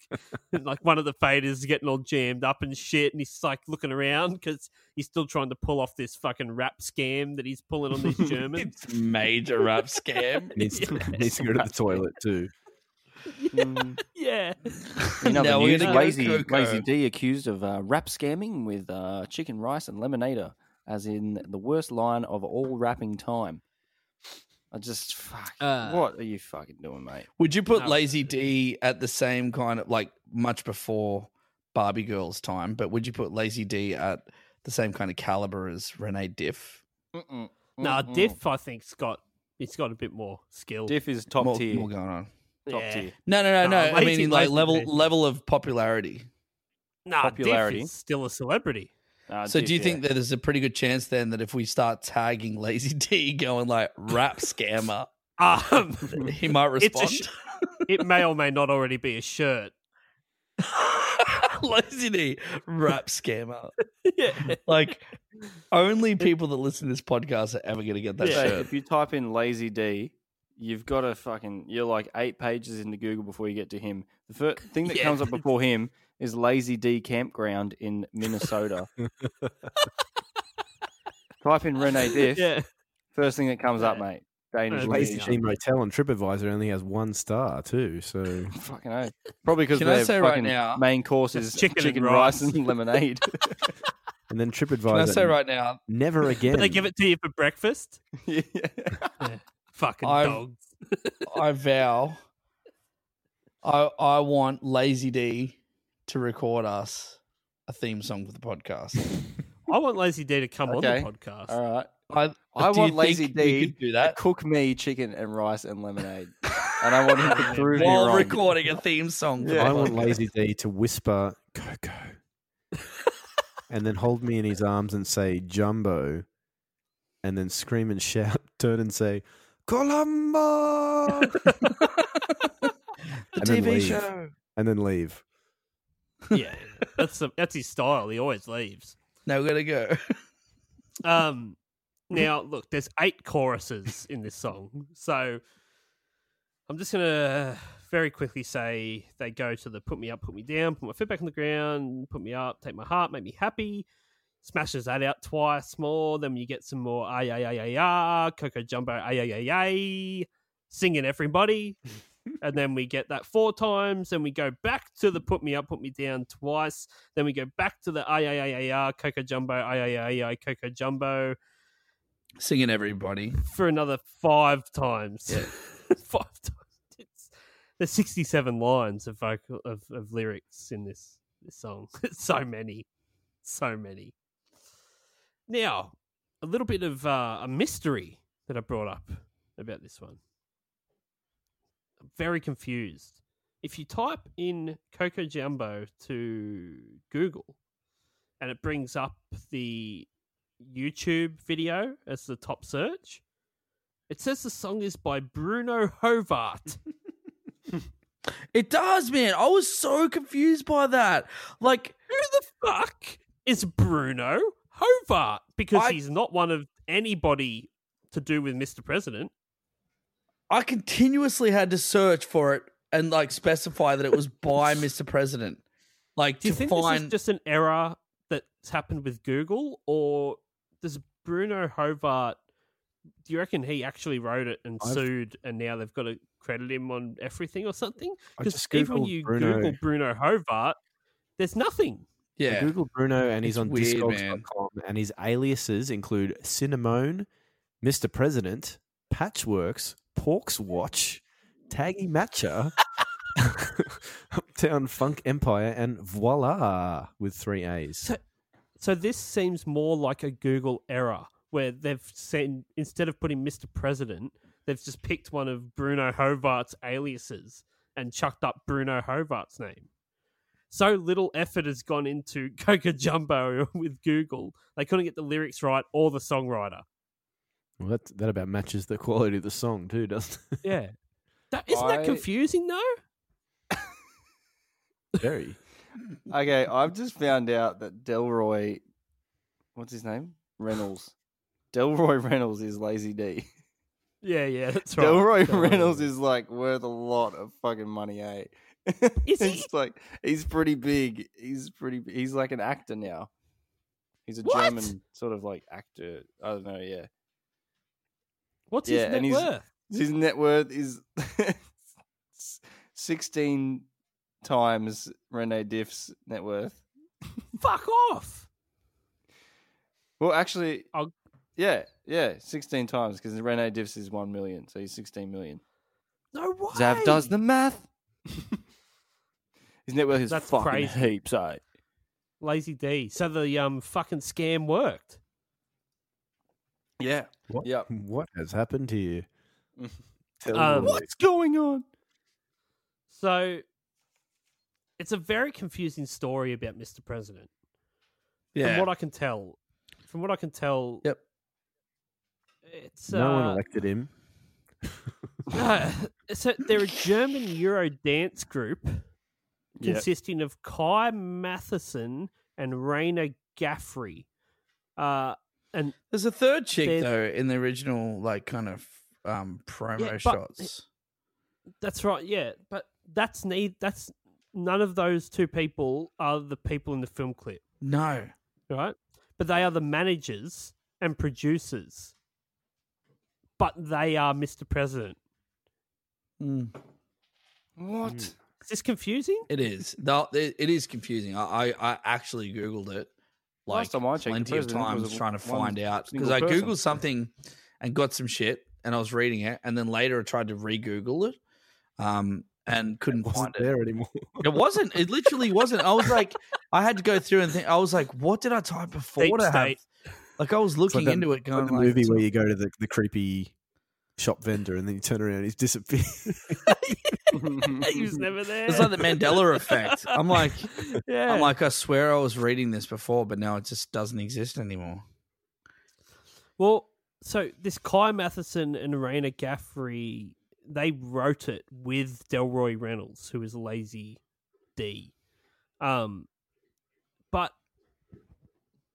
E: and like one of the faders is getting all jammed up and shit, and he's like looking around because he's still trying to pull off this fucking rap scam that he's pulling on these Germans.
D: Major rap scam.
A: Needs to, needs to go to the toilet too.
G: Mm.
E: yeah,
G: You know,
D: Now
G: the
D: we're
G: news,
D: gonna go
G: lazy,
D: Coco.
G: lazy D accused of uh, rap scamming with uh, chicken rice and lemonade, as in the worst line of all rapping time. I just fuck.
E: Uh,
G: what are you fucking doing, mate?
D: Would you put
E: No.
D: Lazy D at the same kind of like much before Barbie Girl's time? But would you put Lazy D at the same kind of caliber as Renee Diff?
G: Mm-mm,
E: nah,
A: Mm-hmm.
G: mm-mm.
E: Diff I think's got it's got a bit more skill.
G: Diff is top
D: more,
G: tier.
D: more going on.
G: top
E: Yeah.
G: tier.
D: No, no, no,
E: No,
D: no. I
E: Lazy-
D: mean, like
E: Lazy
D: level
E: D.
D: level of popularity.
E: nah,
G: popularity.
E: Diff is still a celebrity.
G: Nah,
D: so,
G: Diff,
D: do you
G: yeah.
D: think that there's a pretty good chance then that if we start tagging Lazy D, going like rap scammer,
E: Um,
D: he might
E: It's a
D: respond?
E: sh- it may or may not already be a shirt.
D: Lazy D, rap scammer.
E: yeah.
D: Like, only people that listen to this podcast are ever going to get that
E: Yeah.
G: Mate,
D: shirt.
G: if you type in Lazy D, you've got to fucking. You're like eight pages into Google before you get to him. The first thing that
E: Yeah.
G: comes up before him is Lazy D campground in Minnesota. type in Rene Diff.
E: yeah.
G: First thing that comes up, mate. Danish
E: Yeah,
A: Lazy
G: lazy
E: yeah.
A: G Motel on TripAdvisor only has one star too. So
G: Fucking oath. Probably because
D: Can I
G: their
D: say right
G: fucking
D: now-
G: main course is
E: Chicken
G: chicken,
E: and
G: rice.
E: rice.
G: and lemonade.
A: and then
D: Can
A: TripAdvisor.
D: I say right now,
A: Never again.
E: But
G: Mm.
E: they give it to you for breakfast.
G: yeah.
E: Fucking
D: I've-
E: dogs.
D: I vow, I I want Lazy D to record us a theme song for the podcast.
E: I want Lazy D to come
G: Okay.
E: on the podcast.
G: All right.
D: I
G: I
D: do you
G: want Lazy
D: think we
G: D
D: could do
G: to
D: that
G: cook me chicken and rice and lemonade, and I want him to prove me
D: while
G: wrong.
D: recording a theme song. For
A: I
D: the
A: want
D: podcast.
A: Lazy D to whisper Coco, and then hold me in his arms and say Jumbo, and then scream and shout, turn and say Columbo,
D: the
A: and then
D: TV
A: leave.
D: show.
A: and then leave.
E: yeah. That's the, that's his style. He always leaves.
D: Now we're gonna go.
E: Um now look, there's eight choruses in this song. So I'm just gonna very quickly say they go to the put me up, put me down, put my foot back on the ground, put me up, take my heart, make me happy, Smashes that out twice more. Then you get some more. Ay, ay, ay, ay, ah. Coco Jumbo, ay, ay, ay, ay. Singing everybody. and then we get that four times. Then we go back to the put me up, put me down twice. Then we go back to the ay, ay, ay, ay, ah. Coco Jumbo, ay, ay, ay, ay, Coco Jumbo
D: Singing everybody.
E: for another five times.
D: Yeah.
E: five times. It's, there's 67 lines of vocal of, of lyrics in this, this song. so many, so many. Now, a little bit of uh, a mystery that I brought up about this one. I'm very confused. If you type in Coco Jumbo to Google, and it brings up the YouTube video as the top search. It says the song is by Bruno Hovart.
D: It does, man. I was so confused by that. Like,
E: Who the fuck is Bruno Hovart? Because
D: I-
E: he's not one of anybody to do with Mr. President.
D: I continuously had to search for it and like specify that it was by Mr. President. Like
E: Do you
D: to
E: think
D: find
E: this is just an error that's happened with Google, or does Bruno Hovart? Do you reckon he actually wrote it and
A: I've-
E: sued, and now they've got to credit him on everything or something?
A: I
E: Because
A: just
E: even when
A: Googled
E: you
A: Bruno.
E: Google Bruno Hovart, there's nothing.
A: I
D: yeah.
A: Google Bruno and he's
D: It's
A: on
D: weird, man.
A: Discogs.com and his aliases include Cinnamon, Mr. President, Patchworks, Pork's Watch, Taggy Matcha, Uptown Funk Empire, and Voila with three A's.
E: So- So this seems more like a Google error where they've sent instead of putting Mr. President, they've just picked one of Bruno Hovart's aliases and chucked up Bruno Hovart's name. So little effort has gone into Coca Jumbo with Google. They couldn't get the lyrics right or the songwriter.
A: Well, that, that about matches the quality of the song too, doesn't it?
E: Yeah. That, isn't that
G: I-
E: confusing though?
A: Very.
G: Okay, I've just found out that Delroy, what's his name? Reynolds. Delroy Reynolds is Lazy D.
E: Yeah, yeah, that's right.
G: Delroy
E: Delroy
G: Reynolds is like worth a lot of fucking money, eh?
E: Is he?
G: it's like he's pretty big. He's pretty. b- He's like an actor now. He's a
E: What?
G: German sort of like actor. I don't know. Yeah,
E: What's
G: Yeah,
E: his net
G: and he's-
E: worth?
G: his net worth is sixteen times Rene Diff's net worth.
E: Fuck off.
G: Well, actually,
E: I'll-
G: yeah, yeah, sixteen times because Rene Diff's is one million, so he's sixteen million.
E: No way.
G: Zav does the math. His net worth is
E: That's
G: fucking
E: crazy.
G: heaps, eh?
E: Lazy D. So the um fucking scam worked.
G: Yeah.
A: What?
G: Yep.
A: What has happened here? Tell
E: Um,
A: me.
G: What's going on?
E: So it's a very confusing story about Mr. President. From
D: Yeah.
E: what I can tell, from what I can tell,
D: Yep.
E: It's
A: no one
E: uh,
A: elected him.
E: No, so they're a German Euro dance group consisting of Kai Matheson and Rainer Gaffrey. Uh, and
D: There's a third chick
E: There's-
D: though in the original like kind of um promo
E: Yeah, but-
D: shots.
E: That's right. Yeah, but that's need. That's none of those two people are the people in the film clip,
D: No.
E: right? But they are the managers and producers. But they are Mr. President.
G: What?
E: Is this confusing?
D: It is. No, It it is confusing. I, I, I actually Googled it like
G: Last time I checked, the
D: plenty of
G: president was
D: times
G: a-
D: trying to
G: one
D: find out because
G: single
D: I
G: person.
D: Googled something and got some shit and I was reading it and then later I tried to re Google it um, and couldn't
A: Wasn't
D: find it.
A: there anymore.
D: It wasn't. It literally wasn't. I was like, I had to go through and think, I was like, what did I type before
E: Deep
D: to have?
E: state.
D: Like I was looking
A: that-
D: into it
A: Like
D: going
A: the
D: like,
A: movie where you go to the, the creepy shop vendor and then you turn around and he's disappeared.
E: he was never there.
D: it's like the Mandela effect. I'm like,
E: yeah.
D: I'm like, I swear I was reading this before, but now it just doesn't exist anymore.
E: Well, so this Kai Matheson and Raina Gaffrey, they wrote it with Delroy Reynolds, who is Lazy D. Um, but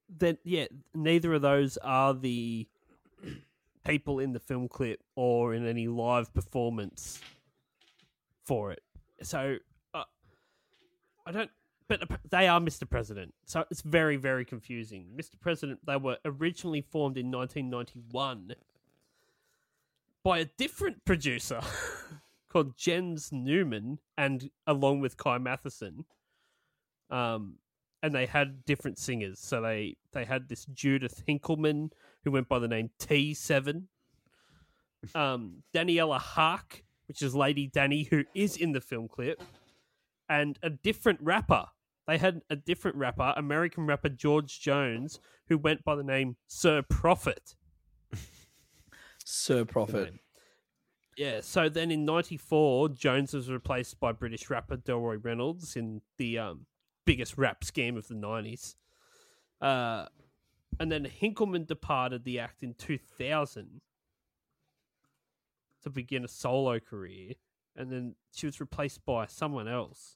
E: then, yeah, neither of those are the people in the film clip or in any live performance for it. So uh, I don't but they are Mr. President, so it's very, very confusing. Mr. President, they were originally formed in 1991 by a different producer called Jens Newman, and along with Kai Matheson. Um, and they had different singers. So they they had this Judith Hinkleman who went by the name T Seven, um, Daniela Hark, which is Lady Danny, who is in the film clip, and a different rapper. They had a different rapper, American rapper George Jones, who went by the name Sir Prophet.
D: Sir Prophet.
E: Yeah, so then in '94, Jones was replaced by British rapper Delroy Reynolds in the um, biggest rap scam of the '90s. Uh, and then Hinkleman departed the act in 2000 to begin a solo career, and then she was replaced by someone else.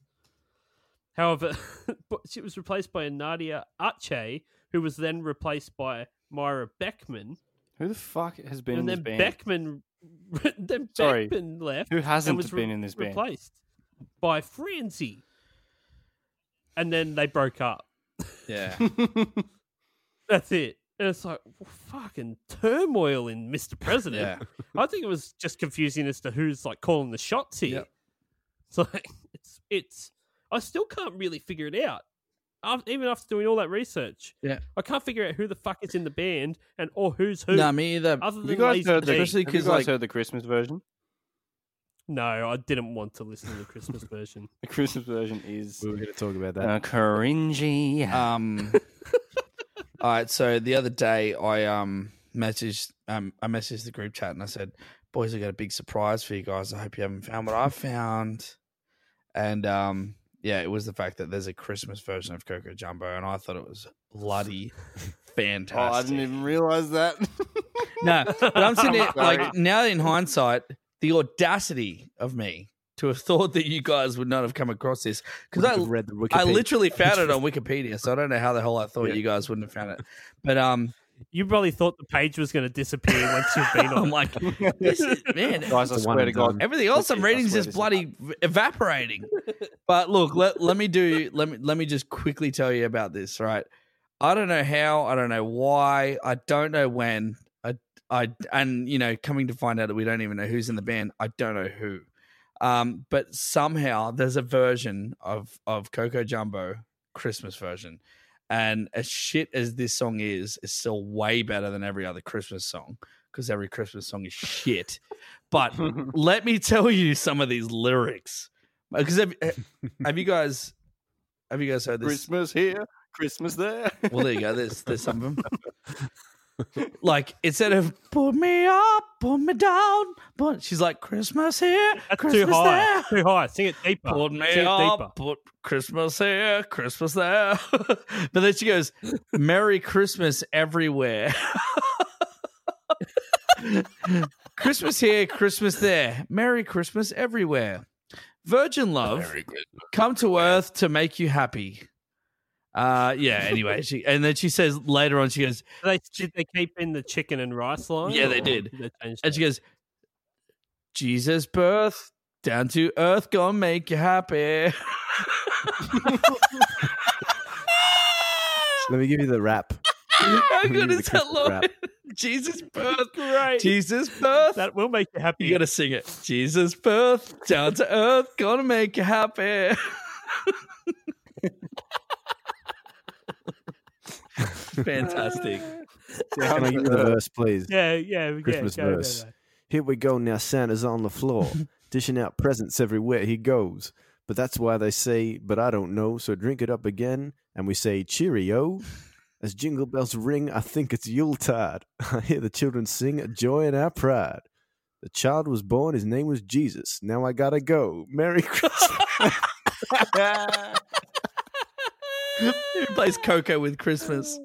E: However, but she was replaced by Nadia Ache, who was then replaced by Myra Beckman.
G: Who the fuck has been in
E: And
G: this
E: then
G: band?
E: Beckman, then
G: Sorry.
E: Beckman left.
G: Who
E: and
G: hasn't
E: was
G: been in this band?
E: Replaced by Francie, and then they broke up.
D: Yeah.
E: That's it. And it's like well, fucking turmoil in Mr. President. I think it was just confusing as to who's like calling the shots here.
D: Yep.
E: It's like it's it's. I still can't really figure it out. Af- Even after doing all that research,
D: Yeah.
E: I can't figure out who the fuck is in the band and or who's who.
D: no, me either.
E: other
G: Have you
E: than
G: guys
E: Lazy
G: heard the,
E: D.
G: have you
D: Especially
G: guys
D: 'cause, like-
G: heard the Christmas version?
E: No, I didn't want to listen to the Christmas version.
G: The Christmas version is
A: We were going to talk about that.
G: uh, cringy.
D: Um, all right. So the other day, I um messaged um I messaged the group chat and I said, "Boys, I got a big surprise for you guys. I hope you haven't found what I found." And um, yeah, it was the fact that there's a Christmas version of Coco Jumbo, and I thought it was bloody
G: oh, I
D: fantastic.
G: didn't even realize that.
D: no, but I'm sitting here,
G: Sorry.
D: like now in hindsight, the audacity of me to have thought that you guys would not have come across this because I
A: We've read the
D: I
A: Wikipedia.
D: literally found it on Wikipedia, so I don't know how the hell I thought you guys wouldn't have found it. But um,
E: You probably thought the page was going to disappear once you've been on.
D: I'm
E: it.
D: like, this is man.
G: guys, I
A: It's a one
G: swear to
A: and
G: God.
D: Everything else I'm
G: Um, That's it,
D: reading is
G: that's
D: just
G: what it
D: bloody evaporating. But look, let, let me do let me let me just quickly tell you about this, right? I don't know how, I don't know why, I don't know when. I I and you know, coming to find out that we don't even know who's in the band, I don't know who. Um, but somehow there's a version of of Coco Jumbo Christmas version. And as shit as this song is, it's still way better than every other Christmas song because every Christmas song is shit. But let me tell you some of these lyrics because have, have you guys have you guys heard this?
G: Christmas here, Christmas there.
D: Well, there you go. There's there's some of them. like instead of put me up, put me down, but she's like Christmas here,
E: That's
D: Christmas
E: too high.
D: there.
E: Too high. Sing it deeper.
D: Put me
E: Sing it deeper.
D: up, put Christmas here, Christmas there. but then she goes, Merry Christmas everywhere. Christmas here, Christmas there. Merry Christmas everywhere. Virgin love, come to earth to make you happy. Uh, yeah, anyway. She, and then she says later on, she goes,
E: They, did they keep in the chicken and rice line?
D: Yeah, they
E: or
D: did.
E: They changed
D: And she goes, Jesus' birth, down to earth, gonna make you happy.
A: Let me give you the rap.
D: How good
A: Maybe
D: is
A: the
D: that,
A: Christmas
D: Lord?
A: rap.
D: Jesus' birth,
E: Great.
D: Jesus' birth.
E: That will make you happy.
D: you gotta sing it. Jesus' birth, down to earth, gonna make you happy. Fantastic.
A: Can I give you the verse, please?
E: Yeah, yeah, yeah.
A: Christmas
E: go, go,
A: verse.
E: go.
A: Here we go now. Santa's on the floor, dishing out presents everywhere he goes. But that's why they say, "But I don't know." So drink it up again, and we say cheerio. As jingle bells ring, I think it's Yuletide. I hear the children sing, joy and our pride. The child was born; his name was Jesus. Now I gotta go. Merry Christmas.
D: Who plays Coco with Christmas?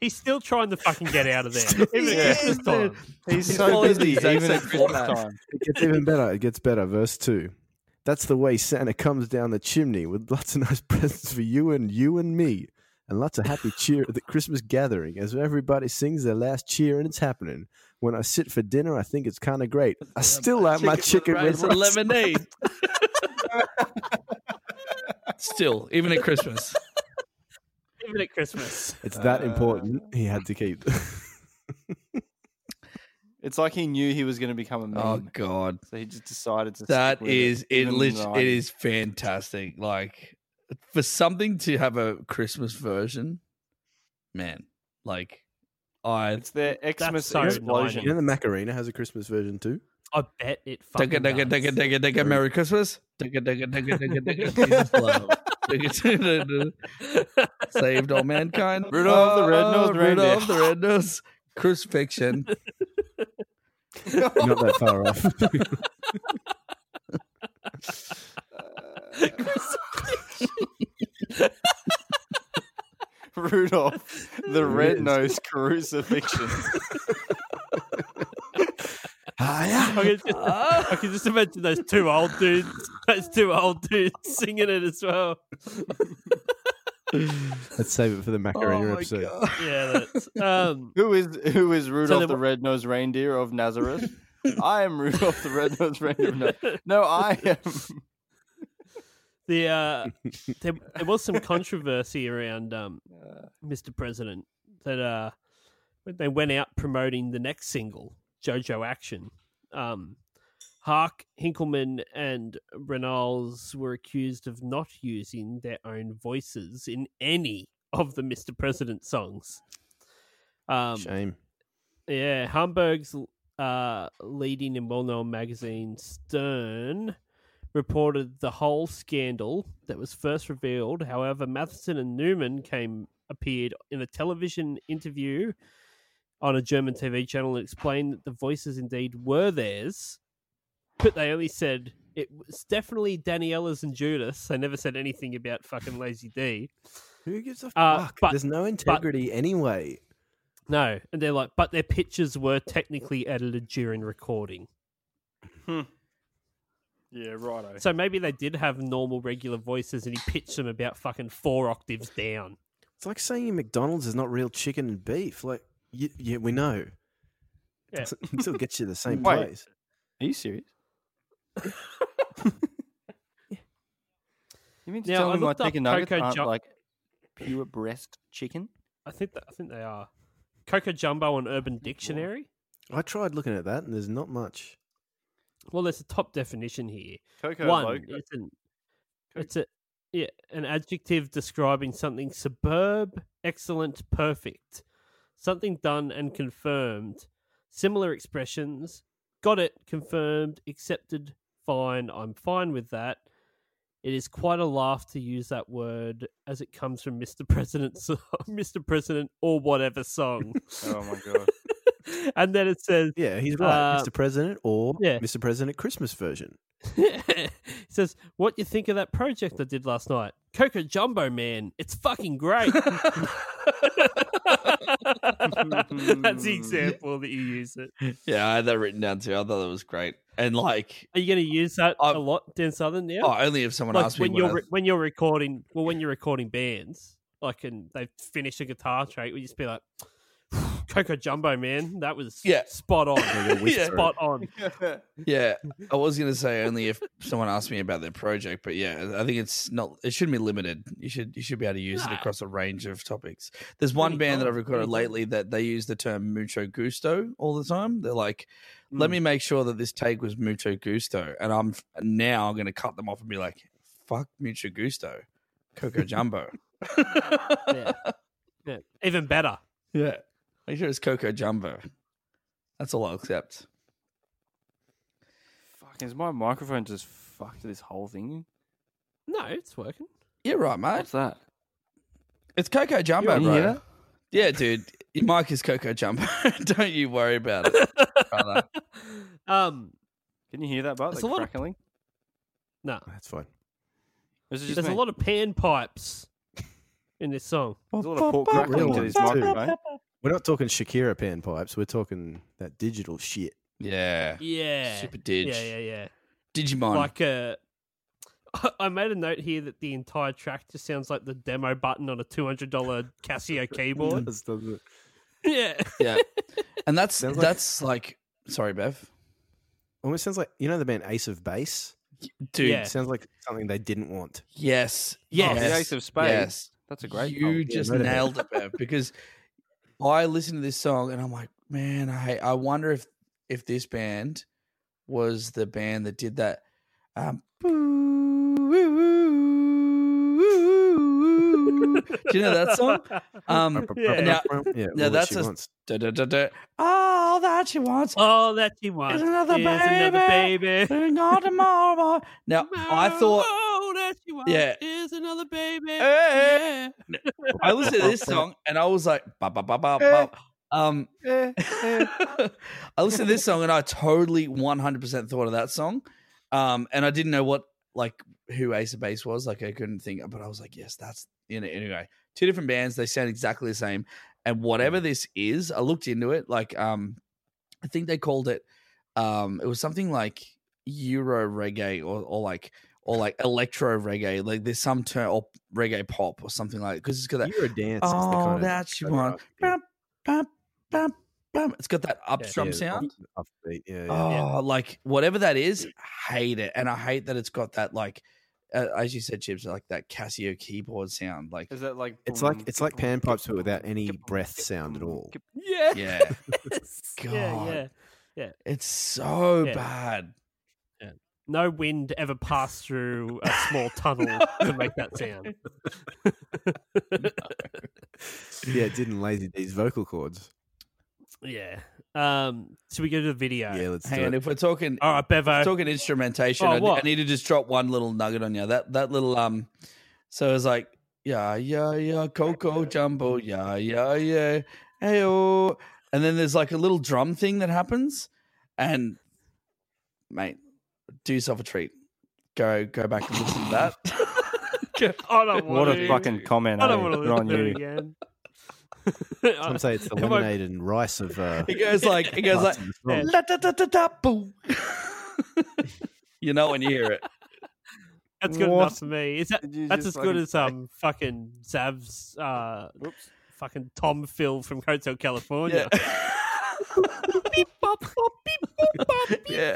E: He's still trying to fucking get out of there. Even
D: Yeah.
E: at Christmas time.
G: He's
D: so
G: so
D: following busy,
G: busy,
D: the exact even at
G: even at
D: same Christmas format.
G: time.
A: it gets even better. It gets better. Verse two. That's the way Santa comes down the chimney with lots of nice presents for you and you and me, and lots of happy cheer at the Christmas gathering as everybody sings their last cheer and it's happening. When I sit for dinner, I think it's kind of great. I still like my chicken with
D: and
A: rice.
D: lemonade. Still, even at Christmas.
E: Even at Christmas.
A: It's that important. He had to keep.
G: It's like he knew he was going to become a meme,
D: oh God.
G: so he just decided to.
D: That
G: stick with
D: is it.
G: Mm. even
D: lit-
G: though I-
D: it is fantastic. Like for something to have a Christmas version, man. Like I
G: It's their Xmas
E: so
A: you know,
G: explosion.
A: the Macarena has a Christmas version too.
E: I bet it fucking
D: digga digga
E: does.
D: digga digga digga Merry Christmas. Digga digga digga digga digga Jesus love. Digga, digga, digga. Saved all mankind.
G: Rudolph the Red-Nosed
D: Oh,
G: Reindeer.
D: Rudolph the Red Nose. Crucifixion.
A: You're not that far off.
G: Rudolph, the red nosed crucifixion.
E: I can, just, I can just imagine those two old dudes. Those two old dudes singing it as well.
A: Let's save it for the
D: Oh
A: Macarena
E: Oh
A: episode.
E: Yeah, that's um.
G: Who is who is Rudolph
E: then
G: the
E: wh-
G: red nosed reindeer of Nazareth? I am Rudolph the red nosed reindeer. Of Nazareth. No, I am.
E: The uh, there, there was some controversy around um, Mr. President that uh, when they went out promoting the next single, JoJo Action. Um, Hark, Hinkelman, and Reynolds were accused of not using their own voices in any of the Mr. President songs. Um,
A: Shame.
E: Yeah, Hamburg's uh, leading and well-known magazine Stern reported the whole scandal that was first revealed. However, Matheson and Newman came appeared in a television interview on a German TV channel and explained that the voices indeed were theirs, but they only said it was definitely Daniela's and Judas. They never said anything about fucking Lazy D.
A: Who gives a
E: Uh,
A: fuck?
E: but-
A: There's no integrity anyway.
E: No, and they're like, but their pictures were technically edited during recording.
G: Yeah, righto.
E: So maybe they did have normal, regular voices, and he pitched them about fucking four octaves down.
A: It's like saying McDonald's is not real chicken and beef. Like, y- yeah, we know.
E: Yeah.
A: It still- it still gets you the same
G: Wait.
A: place.
G: Are you serious? you mean to
E: Now,
G: tell
E: I
G: me my
E: looked up
G: chicken nuggets
E: Coco
G: aren't
E: Jo-
G: like pure breast chicken?
E: I think that, I think they are Coco Jumbo and Urban Dictionary.
A: I tried looking at that, and there's not much.
E: Well, there's a top definition here.
G: Coco
E: One,
G: Loco.
E: it's an it's a yeah, an adjective describing something superb, excellent, perfect, something done and confirmed. Similar expressions: got it, confirmed, accepted, fine. I'm fine with that. It is quite a laugh to use that word as it comes from Mr. President, Mr. President, or whatever song.
G: Oh my god.
E: and then it says,
A: Yeah, he's right,
E: Uh,
A: Mr. President, or
E: yeah.
A: Mr. President Christmas version.
E: he says, "What you think of that project I did last night, Coco Jumbo Man? It's fucking great." That's the example that you use it.
D: yeah, I had that written down too. I thought that was great. And like
E: Are you going to use that
D: I've-
E: a lot, Dan Southern? Now,
D: oh, only if someone
E: like
D: asked me
E: when you're
D: I-
E: re- when you're recording, well, when you're recording bands, like and they finish a guitar track, we just be like, "Coco Jumbo Man, that was
D: Yeah.
E: spot on,
D: whisper
E: spot on."
D: Yeah, I was gonna say only if someone asked me about their project, but yeah, I think it's not. It shouldn't be limited. You should you should be able to use it
E: Nah.
D: across a range of topics. There's one band that I've recorded
E: Anytime.
D: lately that they use the term mucho gusto all the time. They're like, let me make sure that this take was mucho gusto, and I'm f- now gonna cut them off and be like, fuck mucho gusto, Coco Jumbo.
E: Yeah. Yeah. Even better.
D: yeah, make sure it's Coco Jumbo. That's all I'll accept.
G: Fuck, has my microphone just fucked this whole thing?
E: No, it's working.
D: Yeah, right, mate.
G: What's that?
D: It's Coco Jumbo,
G: You
D: bro.
G: hear that?
D: Yeah, dude. Your mic is Coco Jumbo. Don't you worry about it. brother.
E: Um,
G: Can you hear that, bud?
E: There's
G: Like
E: a lot of-
G: crackling?
E: no,
A: That's fine.
G: Or is it just
E: there's a
G: me?
E: lot of pan pipes in this song.
G: There's a lot of pork crackling to this microphone.
A: We're not talking Shakira pan pipes. We're talking that digital shit.
D: Yeah.
E: Yeah.
D: Super dig.
E: Yeah, yeah, yeah.
D: Digimon.
E: Like uh I made a note here that the entire track just sounds like the demo button on a two hundred dollar Casio keyboard.
A: Does- does it-
E: yeah.
D: yeah. And that's
A: Sounds like-
D: that's like sorry, Bev.
A: oh, Almost sounds like you know the band Ace of Base.
D: dude.
E: Yeah.
A: Sounds like something they didn't want.
D: Yes,
E: Yes.
G: The Ace of Spades.
D: Yes,
G: That's a great.
D: You
G: poem.
D: just
A: no doubt.
D: nailed it, Bev, because I listened to this song and I'm like, man, I I wonder if if this band was the band that did that. Um, do you know that song? Um,
E: Yeah.
D: now,
A: yeah,
D: now
A: all that
D: that's
A: she
D: a-
A: wants.
D: da, da, da, da. all that she wants.
E: All Oh, that she wants
D: Is another
E: is another baby.
D: Bring on tomorrow. Now I thought
E: All that she wants
D: Yeah.
E: is another baby.
D: Eh. I listened to this song and I was like, ba, ba, ba, ba, ba. um, I listened to this song and I totally 100% thought of that song. Um, and I didn't know what, like, who Ace of Base was. Like, I couldn't think, but I was like, yes, that's, you know, anyway, two different bands. They sound exactly the same. And whatever this is, I looked into it. Like, um, I think they called it, um, it was something like Euro reggae or, or like, or like electro reggae, like there's some term or reggae pop or something like because it's got that
A: You're a dance. is the
D: Oh,
A: kind of-
D: that you
A: kind of
D: want.
A: upbeat.
D: Bum, bum, bum, bum. It's got that upstrum
A: Yeah,
D: sound.
A: up- upbeat, yeah, yeah.
D: Oh, like whatever that is, hate it. And I hate that it's got that like, uh, as you said, chips like that Casio keyboard sound. Like,
G: Is that like um,
A: It's
G: boom,
A: like it's like
G: boom,
A: panpipes but
G: boom,
A: without any
G: boom,
A: breath
G: boom,
A: sound at
G: boom,
A: all.
G: boom.
E: Yeah.
D: yeah,
E: Yeah,
D: God.
E: yeah.
D: it's so
E: Yeah.
D: bad.
E: No wind ever passed through a small tunnel to make that sound.
A: Yeah, it didn't lazy these vocal cords.
E: Yeah. Um. Should we go to the video?
A: Yeah, let's
D: Hang on,
A: do it.
D: if we're talking,
E: All right, Bevo.
D: talking instrumentation,
E: Oh,
D: I, I
E: what?
D: need to just drop one little nugget on you. That that little um, so it's like yeah yeah yeah Coco Jumbo yeah yeah yeah hey oh, and then there's like a little drum thing that happens, and mate, do yourself a treat. Go go back and listen to that.
E: I don't
G: What
E: want
G: a
E: to.
G: fucking comment.
E: I
G: eh?
E: don't want to
G: Good
E: listen
G: on
E: to it
G: you.
E: again.
A: Some say it's the
E: It won't-
A: lemonade and rice of. Uh,
D: It goes like it goes like
A: parts of the song.
E: Yeah.
D: la da da da da boo. You know when you hear it.
E: That's good
G: What?
E: enough for me. Is that,
G: Did you
E: that's as
G: just
E: good
G: fucking
E: as um fucking Zav's uh
G: Whoops.
E: fucking Tom Phil from Hotel California.
D: Yeah. yeah.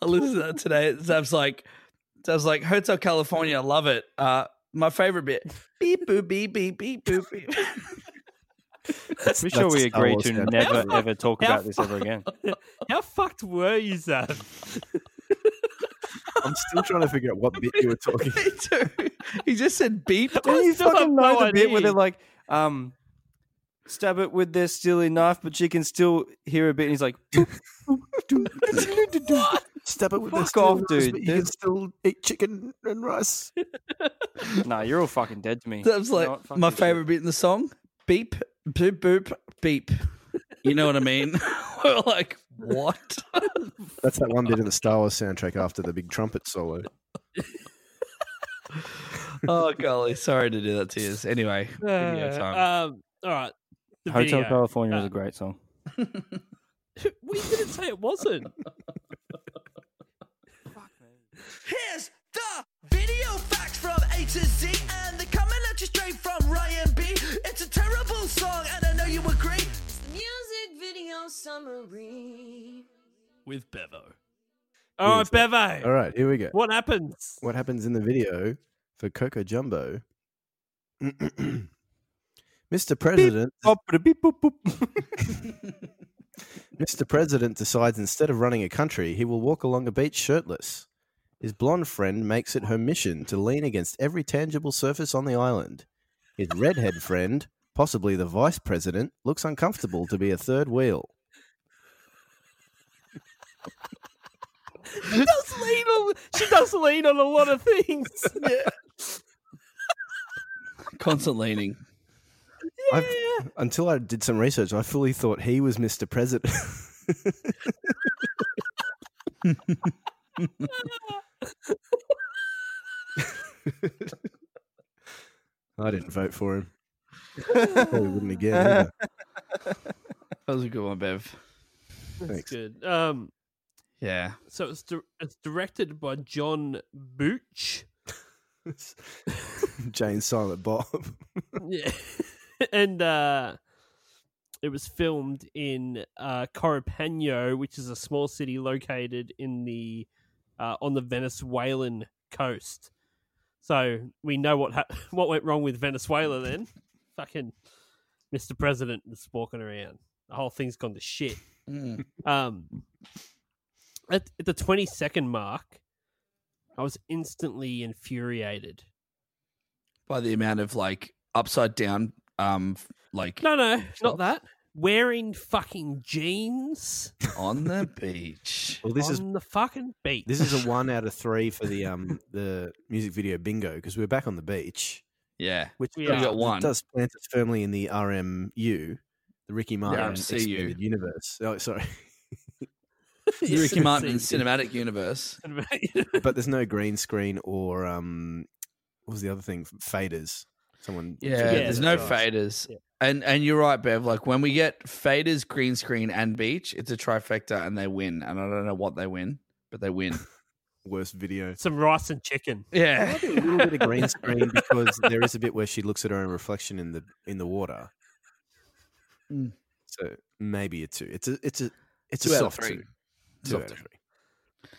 D: I listened to that today. Zab's like, Zab's like, Hotel California, I love it. Uh, my favorite bit. Beep boop beep beep beep boop beep.
G: We
A: That's
G: sure we
A: Star
G: agree
A: Wars
G: to
A: now.
G: never ever talk
E: How
G: about this ever again.
E: How fucked were you, Zav?
A: I'm still trying to figure out what bit you were talking.
D: Me too. He just said beep.
G: Don't you
E: still have
G: fucking know
E: no
G: the bit where
E: idea.
G: they're like, um, stab it with their steely knife, but she can still hear a bit. And he's like,
A: Stab it with the
G: Fuck
A: steel
G: off,
A: knives,
G: dude.
A: but You can still eat chicken and rice.
G: nah, you're all fucking dead to me.
D: Zab's
G: You know
D: like,
G: what? Fuck
D: my
G: this shit.
D: favorite bit in the song. Beep boop boop beep. You know what I mean? We're like, what?
A: That's that one bit in the Star Wars soundtrack after the big trumpet solo.
D: oh golly, sorry to do that to you. Anyway, video time.
E: um, all right. The
G: Hotel
E: video.
G: California was a great song.
E: We didn't say it wasn't.
J: Here's the video facts from A to Z, and they're coming at you straight from Ryan B. It's a terrible song, and I know you agree.
F: Music video summary.
E: With Bevo. All right, Bevo.
A: All right, here we go.
E: What happens?
A: What happens in the video for Coco Jumbo? Mr. President,
G: Oh, but beep boop boop.
A: Mr. President decides instead of running a country, he will walk along a beach shirtless. His blonde friend makes it her mission to lean against every tangible surface on the island. His redhead friend, possibly the vice president, looks uncomfortable to be a third wheel.
E: She does lean on, she does lean on a lot of things.
D: Constant leaning.
A: I've, until I did some research, I fully thought he was Mr. President. I didn't vote for him. Probably wouldn't again. either.
D: That was a good one, Bev.
A: Thanks.
E: Good. Um,
D: Yeah.
E: so it's, di- it's directed by John Booch.
A: Jane Silent Bob.
E: Yeah. and uh, it was filmed in uh, Coropano, which is a small city located in the uh, on the Venezuelan coast. So we know what ha- what went wrong with Venezuela then. Fucking Mr. President is walking around. The whole thing's gone to shit. Um, at, at the 20 second mark, I was instantly infuriated.
D: by the amount of like upside down, um, f- like
E: No, no, not that. Wearing fucking jeans
D: on the beach.
A: Well, this
E: on
A: is
E: the fucking beach.
A: this is a one out of three for the um the music video bingo because we were back on the beach,
D: Yeah,
A: which
E: We
A: does-
E: are.
D: we got one.
A: does plant us firmly in the RMU, the Ricky Martin
D: RMCU.
A: expanded universe. Oh, sorry,
D: The Ricky Martin cinematic universe.
A: but there's no green screen or um what was the other thing faders. Someone
D: Yeah,
A: forget
D: there's
A: that
D: no
A: to us.
D: faders. And and you're right, Bev. Like when we get faders, green screen, and beach, it's a trifecta, and they win. And I don't know what they win, but they win.
A: worst video.
E: Some rice and chicken.
D: Yeah,
A: a little bit of green screen because there is a bit where she looks at her own reflection in the in the water.
D: Mm.
A: So maybe a two. It's a it's a it's
D: Two
A: a
D: out of
A: soft
D: three.
A: two. Two
D: Soft
A: out of
D: two.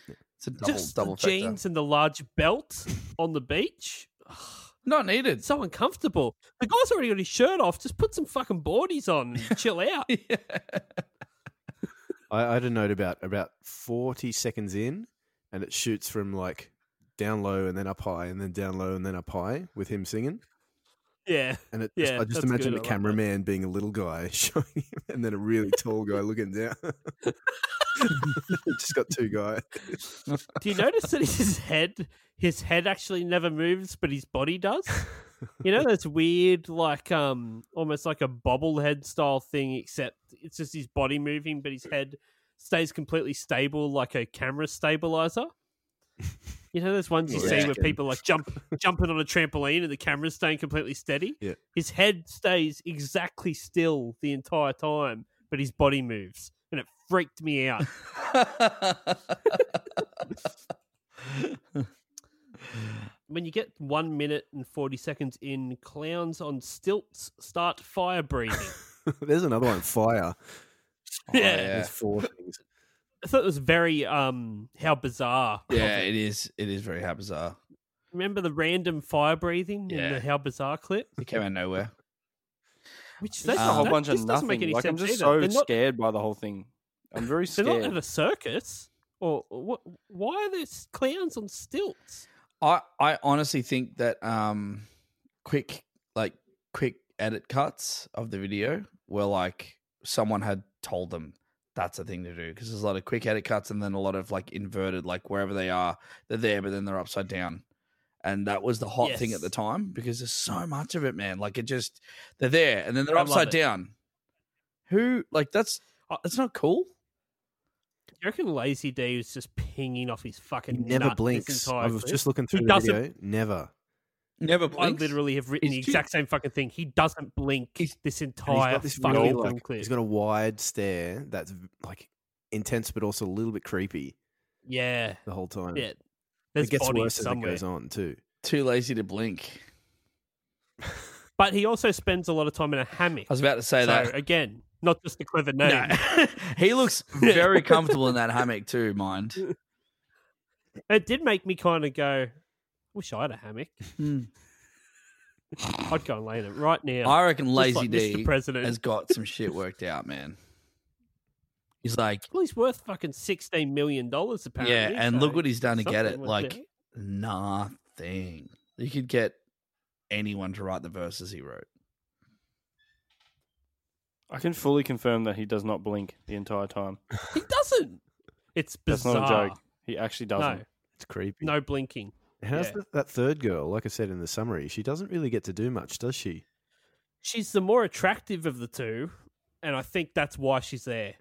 A: three.
D: it's a double
E: Just
D: double
E: the jeans and the large belt on the beach.
D: Factor. Not needed.
E: It's so uncomfortable. The guy's already got his shirt off. Just put some fucking boardies on and chill out.
A: I, I had a note about about forty seconds in, and it shoots from like down low and then up high and then down low and then up high with him singing.
E: Yeah.
A: And it
E: Yeah,
A: just, I just
E: that's
A: imagine
E: good.
A: the
E: I like that.
A: cameraman being a little guy showing him, and then a really tall guy looking down. just got two guys.
E: Do you notice that his head, his head actually never moves, but his body does? You know, that's weird, like um, almost like a bobblehead style thing, except it's just his body moving, but his head stays completely stable, like a camera stabilizer. You know, those ones you see where
D: Reckon.
E: people like jump jumping on a trampoline and the camera's staying completely steady.
A: Yeah.
E: His head stays exactly still the entire time, but his body moves, and it freaked me out. when you get one minute and 40 seconds in, clowns on stilts start fire breathing.
G: Oh,
A: There's another one. Fire.
E: yeah.
A: There's four things.
E: I thought it was very, um, how bizarre. of
D: Yeah,
E: it.
D: it is. It is very how bizarre.
E: Remember the random fire breathing in
D: Yeah.
E: the how bizarre clip?
D: It came out of nowhere.
E: Which
D: It's
E: that's
D: a
G: a
D: whole
G: whole
E: that
G: bunch of
E: just doesn't make
G: nothing.
E: any
G: Like I'm
E: sense
G: just
E: either.
G: so
E: They're not-
G: scared by the whole thing. I'm very
E: They're not
G: scared.
E: at a circus. Or what? Why are there s- clowns on stilts?
D: I I honestly think that um, quick like quick edit cuts of the video were like someone had told them that's a thing to do because there's a lot of quick edit cuts and then a lot of like inverted like wherever they are they're there but then they're upside down and that was the hot thing at the
E: Yes.
D: time because there's so much of it man like it just they're there and then they're
E: I love
D: upside
E: it.
D: down who like that's uh, that's not cool
E: Do you reckon Lazy D was just pinging off his
A: He
E: fucking nut
A: never
E: this
A: blinks.
E: entire
A: I was
E: clip?
A: just looking
E: He
A: through the
E: doesn't-
A: video. Never.
D: never
E: I
D: blinks.
E: literally have written
D: He's
E: the
D: too-
E: exact same fucking thing. He doesn't blink
D: He's-
E: this
A: And he's
E: entire
A: got this
E: fucking
A: really,
E: film
A: like,
E: clip.
A: he's got a wide stare that's like intense, but also a little bit creepy
E: yeah,
A: the whole time.
E: yeah. There's
A: it gets
E: bodies
A: worse as it
E: somewhere.
A: goes on too.
D: too lazy to blink
E: But he also spends a lot of time in a hammock.
D: i was about to say
E: So
D: that
E: again, not just a clever name.
D: No. he looks very comfortable in that hammock too, mind.
E: It did make me kind of go, "Wish I had a hammock.
D: Hmm.
E: I'd go and lay in it right now."
D: I reckon Lazy
E: like Mr.
D: D
E: President.
D: has got some shit worked out, man. He's like,
E: well, he's worth fucking sixteen million dollars apparently.
D: yeah, and look what he's done to get it.
E: something was
D: Like nothing. You could get anyone to write the verses he wrote.
G: I can fully confirm that he does not blink the entire time.
E: he doesn't. It's
G: That's
E: bizarre.
G: not a joke. He actually doesn't.
E: No,
A: It's creepy.
E: no blinking.
A: How's
E: yeah.
A: th- that third girl? Like I said in the summary, she doesn't really get to do much, does she?
E: She's the more attractive of the two, and I think that's why she's there.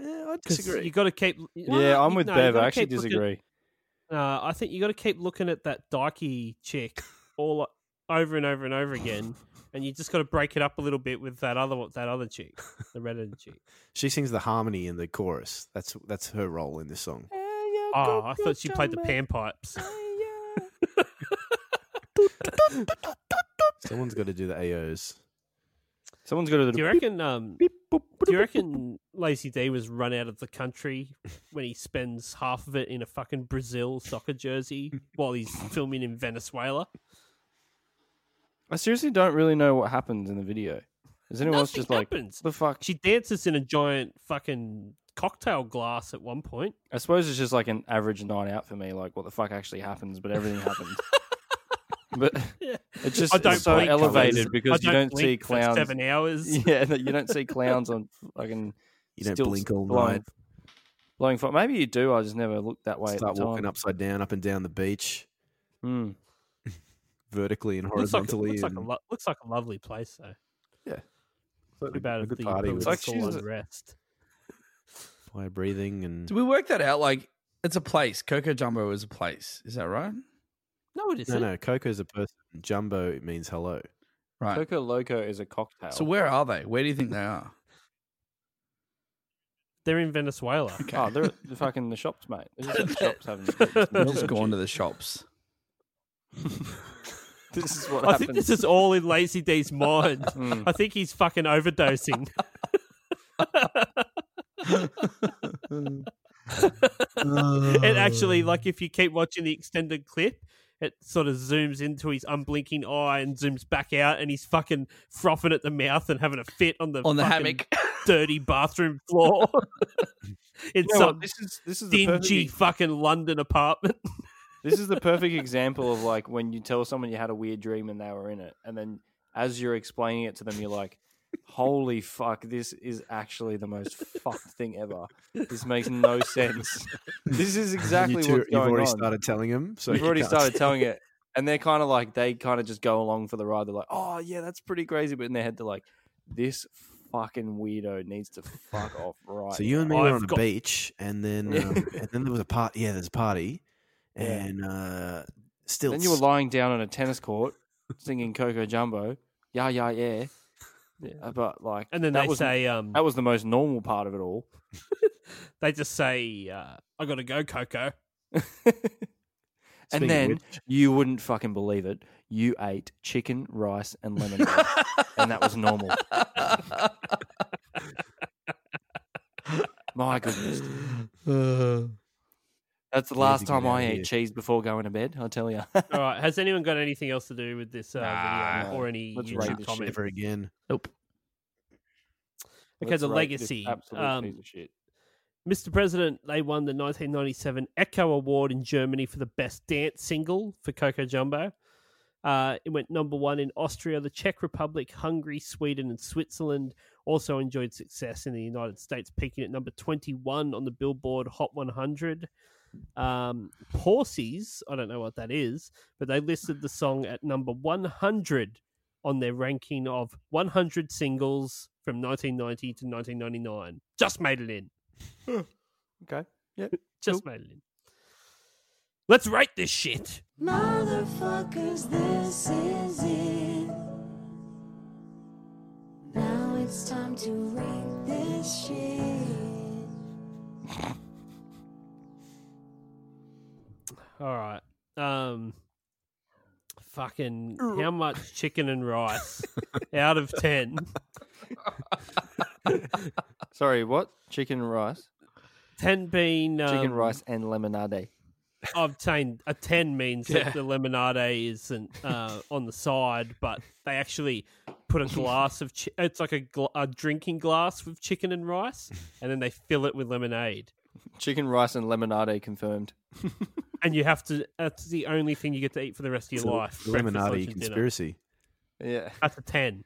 E: Eh,
A: Yeah, I
E: 'Cause You got to keep.
G: yeah,
E: Well,
G: I'm
E: you-
G: with
E: no, you
G: Bev.
E: gotta
G: I actually
E: keep looking-
G: disagree.
E: Uh, I think you got to keep looking at that dykey chick all over and over and over again, and you just got to break it up a little bit with that other one- that other chick, the red redheaded chick.
A: She sings the harmony in the chorus. That's that's her role in this song.
E: Oh, I thought she played the pan pipes.
A: Someone's got to do the AOs.
G: Someone's got to
E: Do you reckon? Um, Do you reckon Lazy D was run out of the country when he spends half of it in a fucking Brazil soccer jersey while he's filming in Venezuela?
G: I seriously don't really know what happens in the video. Is anyone else
E: Nothing
G: just like
E: happens.
G: the fuck?
E: She dances in a giant fucking cocktail glass at one point.
G: I suppose it's just like an average night out for me. Like what the fuck actually happens, but everything happens. but it's just
E: I don't
G: it's so
E: blink,
G: elevated
E: colours.
G: because
E: I
G: you don't see
E: blink for
G: clowns.
E: seven hours.
G: Yeah, that you don't see clowns on fucking.
A: You don't
G: stilts
A: blink all
G: blowing-
A: night.
G: Blowing fire. Maybe you do. I just never looked that way. at
A: Start
G: the
A: walking
G: time.
A: upside down, up and down the beach,
G: Hmm.
A: vertically and
E: Looks like, a,
A: horizontally.
E: looks, like a
A: and-
E: lo- looks like a lovely place, though.
A: It's
E: Too bad
A: a
E: if
A: good
E: the
A: party with
E: political
G: It's like she's-
E: unrest.
A: fire breathing and
D: Did we work that out? Like, it's a place. Coco Jumbo is a place. Is that right?
E: No, it
A: no,
E: isn't.
A: no. Coco's a person. Jumbo it means hello.
D: Right.
G: Coco Loco is a cocktail.
D: So where are they? Where do you think they are?
E: They're in Venezuela.
G: Oh, they're at the fucking the shops, mate. They're just at the shops having. the
D: They're just going to the shops.
G: This is what
E: I think this is all in Lazy D's mind.
G: Mm.
E: I think he's fucking overdosing. it actually, like, if you keep watching the extended clip, it sort of zooms into his unblinking eye and zooms back out, and he's fucking frothing at the mouth and having a fit on the
D: On the
E: fucking
D: hammock.
E: dirty bathroom floor. it's
G: You know
E: some
G: what? This is this is the perfect
E: dingy fucking London apartment.
G: this is the perfect example of like when you tell someone you had a weird dream and they were in it, and then as you're explaining it to them, you're like, "Holy fuck, this is actually the most fucked thing ever. This makes no sense. This is exactly
A: you two,
G: what's
A: you've
G: going
A: already
G: on.
A: started telling him. So
G: you've
A: you
G: already
A: can't-
G: started telling it, and they're kind of like they kind of just go along for the ride. They're like, "Oh yeah, that's pretty crazy," but in their head they're like, "This fucking weirdo needs to fuck off right."
A: So you and me
E: I've
A: were on a
E: got-
A: beach, and then
G: Yeah.
A: um, and then there was a party. Yeah, there's a party,
G: Yeah.
A: and uh, still.
G: Then you were lying down on a tennis court singing Coco Jumbo. Yeah, yeah, yeah. Uh, But like,
E: And then
G: that
E: they
G: was,
E: say, um,
G: that was the most normal part of it all.
E: they just say, uh, I gotta go, Coco.
G: and then you wouldn't fucking believe it. You ate chicken, rice, and lemonade, and that was normal. My goodness, that's the last
A: get
G: time
A: out
G: I
A: of
G: ate
A: here.
G: cheese before going to bed. I'll tell you.
E: All right. Has anyone got anything else to do with this uh, video or any
G: Let's rate
E: YouTube
G: this
E: comment?
A: never again.
E: Okay, the legacy.
G: Absolute
E: Um,
G: piece of shit.
E: Mr. President, they won the 1997 Echo Award in Germany for the best dance single for Coco Jumbo. Uh, it went number one in Austria, the Czech Republic, Hungary, Sweden, and Switzerland. Also enjoyed success in the United States, peaking at number 21 on the Billboard Hot 100. Um, Porsies, I don't know what that is, but they listed the song at number 100 on their ranking of 100 singles from 1990 to 1999. Just made it in.
G: Okay.
E: Just made it in. Let's write this shit.
F: Motherfuckers, this is it. Now it's time to rate this shit.
E: All right. Um fucking how much chicken and rice out of 10?
G: Sorry, what? Chicken, rice,
E: 10 being um,
G: chicken, rice, and lemonade.
E: obtained a 10 means that the lemonade isn't uh, on the side, but they actually put a glass of chi- it's like a, gl- a drinking glass with chicken and rice and then they fill it with lemonade.
G: Chicken, rice, and lemonade confirmed.
E: And you have to that's the only thing you get to eat for the rest of your
A: It's a
E: life. breakfast, lunch,
A: Illuminati
E: and dinner.
A: conspiracy.
G: Yeah.
E: That's a ten.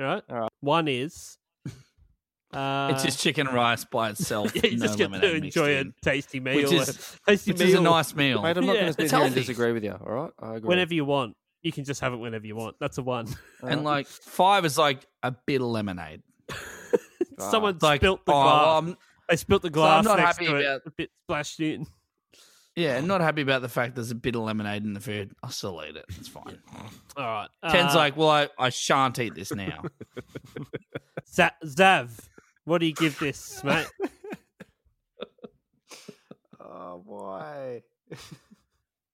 E: All right.
G: All right.
E: One is. Uh,
D: it's just chicken and rice by itself.
E: yeah, you
D: no
E: just get to
D: lemonade mixed
E: enjoy a
D: in,
E: tasty meal.
D: Which is,
E: a tasty
D: which
E: meal
D: is a nice meal.
G: Mate, I'm not
E: Yeah,
G: going to sit
D: it's
G: here and
D: healthy.
G: disagree with you. All right, I agree.
E: whenever you want. You can just have it whenever you want. That's a one.
D: and like five is like a bit of lemonade.
E: Someone
D: It's like,
E: spilt the
D: oh,
E: glass.
D: I'm-
E: they spilt the
D: I'm
E: glass
D: not
E: next
D: happy
E: to it.
D: about-
E: A bit splashed in.
D: yeah, I'm not happy about the fact there's a bit of lemonade in the food. I'll still eat it. It's fine.
E: All right.
D: Ten's
E: uh,
D: like, well, I, I shan't eat this now.
E: Za- Zav. What do you give this, mate?
G: Oh, why?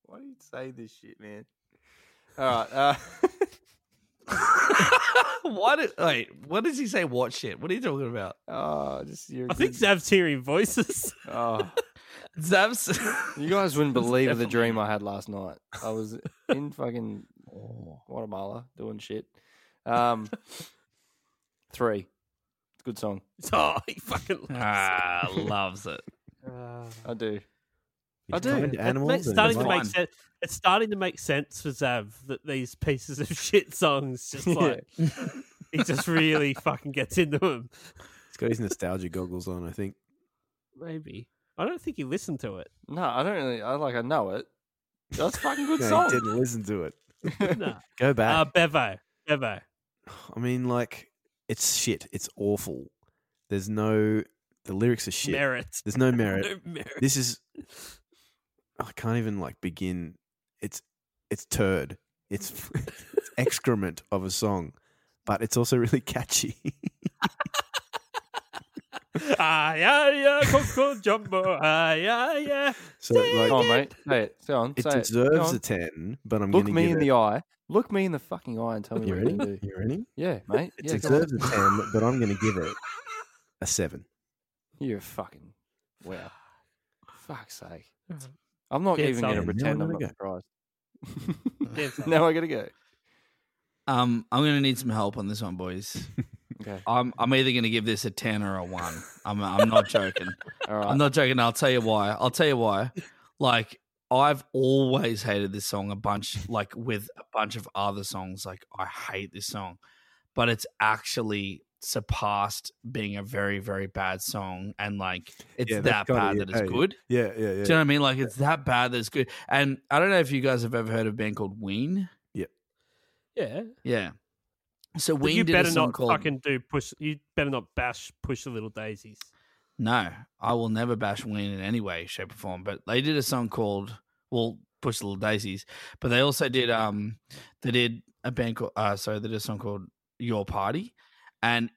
G: why do you say this shit, man? All right. Uh,
B: Why did wait? What does he say? What shit? What are you talking about?
G: Oh, just you're
E: I think Zav's hearing voices.
G: oh.
B: Zav's
G: You guys wouldn't believe the dream I had last night. I was in fucking
A: Oh.
G: Guatemala doing shit. Um, three. It's a good song.
E: oh, he fucking
B: ah loves it.
G: I do.
A: I
G: do. It's
A: Animals
E: It's
A: and-
E: starting to make
B: Fine.
E: sense. It's starting to make sense for Zav that these pieces of shit songs just like he just really fucking gets into them.
A: He's got his nostalgia goggles on, I think.
E: Maybe I don't think he listened to it.
G: No, I don't really. I like. I know it. That's a fucking good
A: No,
G: song.
A: he didn't listen to it.
E: No.
A: Go
B: Ah.
A: back.
E: Uh, Bevo, Bevo.
A: I mean, like, it's shit. It's awful. There's no. The lyrics are shit.
E: Merit.
A: There's no
B: Uh,
E: No
A: merit.
E: merit.
A: this is. I can't even like begin. It's it's turd. It's, it's excrement of a song, but it's also really catchy.
E: Ah, yeah, yeah, Coco Jumbo. Ah, yeah, yeah.
A: so like,
G: Go on, mate. Say it. Say on.
A: it
G: say it. Go
A: deserves
G: on.
A: a ten, but I'm
G: Look
A: gonna
G: me
A: give
G: in
A: it,
G: the eye. Look me in the fucking eye and tell me
A: You
G: what you're
A: ready?
G: gonna do.
A: You ready?
G: Yeah, mate.
A: It
G: Yeah, go on.
A: deserves a ten, but I'm gonna give it a seven.
G: You're fucking wow. Fuck's sake. I'm not
E: Yeah,
G: even going
E: Simon.
G: to
A: Yeah, now
G: pretend
A: I
G: I'm not
A: gotta
G: surprised.
E: Yeah, it's-
G: now I got to go.
B: Um, I'm gonna need some help on this one, boys.
G: Okay.
B: I'm I'm either gonna give this a ten or a one. I'm I'm not joking.
G: All right.
B: I'm not joking. I'll tell you why. I'll tell you why. Like I've always hated this song a bunch, like with a bunch of other songs. Like I hate this song, but it's actually surpassed being a very very bad song, and like it's
A: Yeah, that's
B: that
A: gotta
B: bad
A: be
B: that
A: it,
B: it's
A: hey.
B: good.
A: Yeah, yeah, yeah.
B: Do you know what I mean? Like it's that bad that it's good. And I don't know if you guys have ever heard of a band called Ween.
E: yeah.
B: Yeah. So
E: But
B: Ween
E: you
B: did
E: better
B: a song
E: not
B: called
E: fucking do push. You better not bash push the little daisies.
B: No, I will never bash Ween in any way, shape, or form. But they did a song called "Well Push the Little Daisies," but they also did um they did a band called uh sorry they did a song called "Your Party," and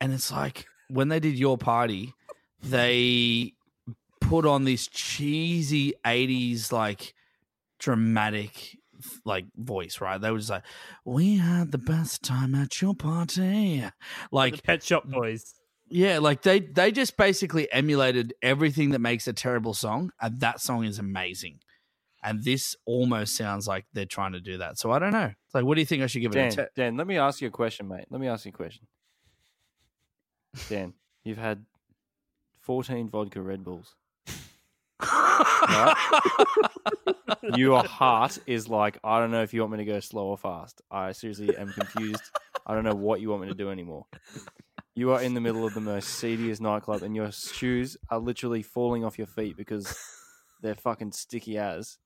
B: and it's like when they did "Your Party," they put on this cheesy '80s like dramatic like voice, right? They were just like, "We had the best time at your party," like
E: the Pet Shop Boys.
B: yeah, like they they just basically emulated everything that makes a terrible song, and that song is amazing. And this almost sounds like they're trying to do that. So I don't know. It's like, what do you think I should give it?
G: Dan,
B: a ten?
G: Dan, let me ask you a question, mate. Let me ask you a question. Dan, you've had 14 vodka Red Bulls. Right? Your heart is like, I don't know if you want me to go slow or fast. I seriously am confused. I don't know what you want me to do anymore. You are in the middle of the most seediest nightclub, and your shoes are literally falling off your feet because they're fucking sticky as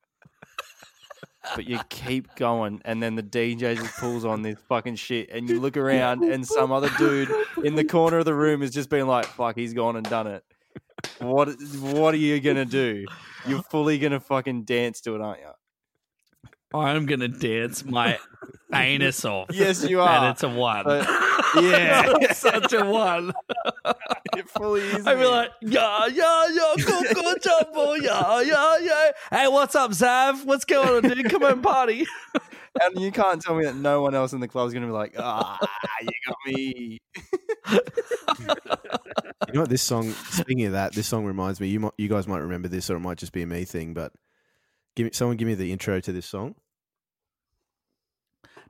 G: but you keep going, and then the DJ just pulls on this fucking shit, and you look around, and some other dude in the corner of the room has just been like, "Fuck, he's gone and done it." What What are you gonna do? You're fully gonna fucking dance to it, aren't you?
B: I'm gonna dance my anus off.
G: Yes, you
B: and
G: are.
B: it's a one.
G: But- yeah,
B: It's such a one.
G: it fully is.
B: I'd be
G: mate.
B: like, yeah, yeah, yeah, go, go, jumbo, yeah, yeah, yeah. Hey, what's up, Zav? What's going on, dude? Come on, party.
G: and you can't tell me that no one else in the club's gonna be like, "Ah, you got me."
A: You know what? This song. Speaking of that, this song reminds me. You might, you guys might remember this, or it might just be a me thing. But give me someone. Give me the intro to this song.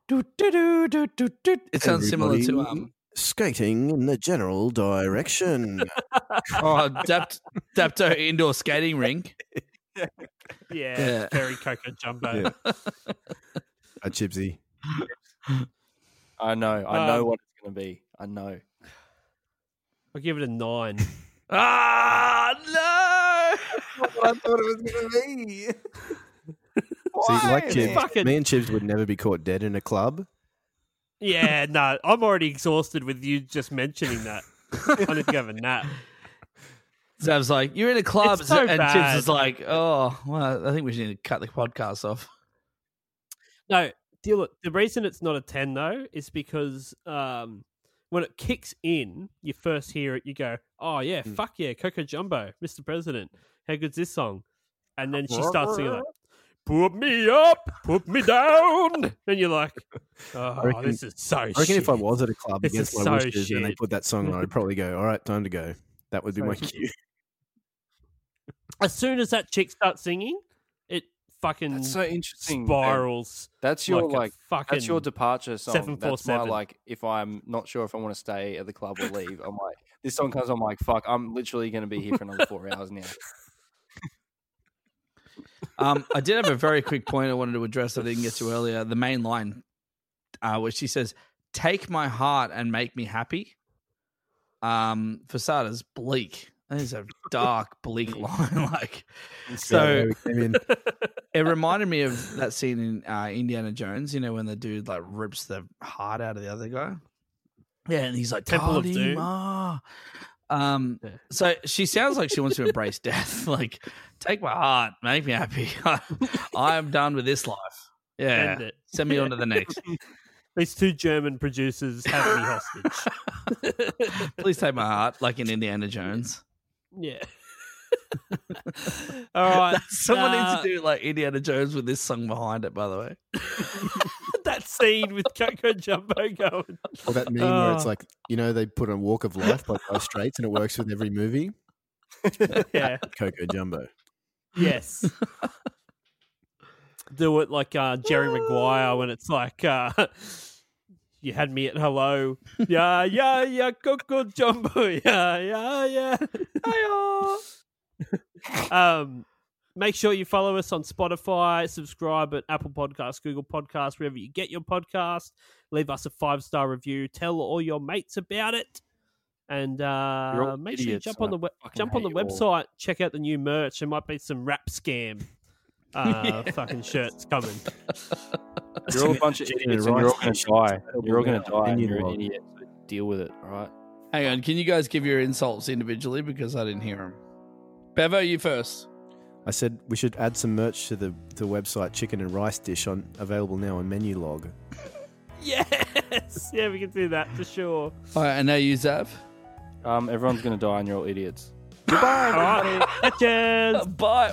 B: Do, do, do, do, do, do. It sounds similar to
A: Everybody
B: um.
A: Skating in the general direction.
B: Oh, Dapt- Dapto indoor skating rink.
E: Yeah,
B: Yeah.
E: very Coco Jumbo.
A: Yeah. A Chibsy.
G: I know. I know
E: Um,
G: what it's gonna be. I know.
E: I'll give it a nine.
B: Ah no!
G: I thought it was gonna be.
A: See, like
G: man?
E: Fucking-
A: Chibs, me and Chibs would never be caught dead in a club.
E: yeah, no, I'm already exhausted with you just mentioning that. I need to go have a nap.
B: Zav's like, you're in a club,
E: It's so
B: and
E: bad.
B: Chips is like, oh, well, I think we should need to cut the podcast off.
E: No, deal it. The reason it's not a 10, though, is because um, when it kicks in, you first hear it, you go, oh, yeah,
A: Hmm.
E: fuck yeah, Coco Jumbo, Mr. President. How good's this song? And then she starts singing like, put me up, put me down. And you're like, Oh,
A: I reckon-
E: this is so
A: I reckon if I was at a club
E: This
A: against
E: is
A: my
E: so
A: wishes and they
E: shit.
A: put that song on, I'd probably go, all right, time to go. That would be
H: So
A: my
H: shit.
A: cue.
E: as soon as that chick starts singing, it fucking
G: That's so interesting.
E: spirals.
G: That's your
E: like a
G: like,
E: fucking
G: that's your departure song.
E: 747.
G: That's my like if I'm not sure if I want to stay at the club or leave. I'm like this song comes. I'm like fuck. I'm literally going to be here for another four hours now.
D: Um, I did have a very quick point I wanted to address that I didn't get to earlier. The main line, uh, where she says, "Take my heart and make me happy." Um, for starters, bleak. That is a dark, bleak line. Like, so
A: I mean,
D: it reminded me of that scene in uh, Indiana Jones. You know when the dude like rips the heart out of the other guy. Yeah, and he's like
E: Temple of Doom.
D: "Karima." Um, so she sounds like she wants to embrace death. Like, take my heart, make me happy. I'm done with this life. Yeah,
E: End it.
D: send me on to the next.
E: These two German producers have me hostage.
D: Please take my heart, like in Indiana Jones.
E: Yeah. All right.
D: Someone
E: uh,
D: needs to do like Indiana Jones with this song behind it. By the way,
E: that scene with Coco Jumbo going.
A: or that meme where it's
E: Oh.
A: like, you know, they put on Walk of Life by Dire Straits and it works with every movie.
E: Yeah.
A: Coco Jumbo.
E: Yes. Do it like uh, Jerry Maguire when it's like, uh, you had me at hello. Yeah, yeah, yeah, Coco Jumbo. Yeah, yeah, yeah. um, make sure you follow us on Spotify, subscribe at Apple Podcasts, Google Podcasts, wherever you get your podcast. Leave us a five star review. Tell all your mates about it. And
G: You're
E: uh,
G: all
E: make sure you
G: idiots,
E: jump
G: and
E: on
G: I
E: the web
G: fucking
E: jump on the
G: hate you all.
E: website, check out the new merch. There might be some rap scam uh, fucking shirts coming.
G: You're all a bunch of idiots. And you're all going to die. You're all going to die. And
A: Opinion
G: you're an
A: log.
G: idiot. So deal with it. All right.
D: hang on. Can you guys give your insults individually because I didn't hear them? Bevo, you first.
A: I said we should add some merch to the, the website Chicken and Rice Dish on available now on Menu Log.
E: yes, yeah, we can do that for sure.
D: All right, and now you, Zav.
G: Um, everyone's going to die, and you're all idiots.
E: All right, catches.
D: Bye.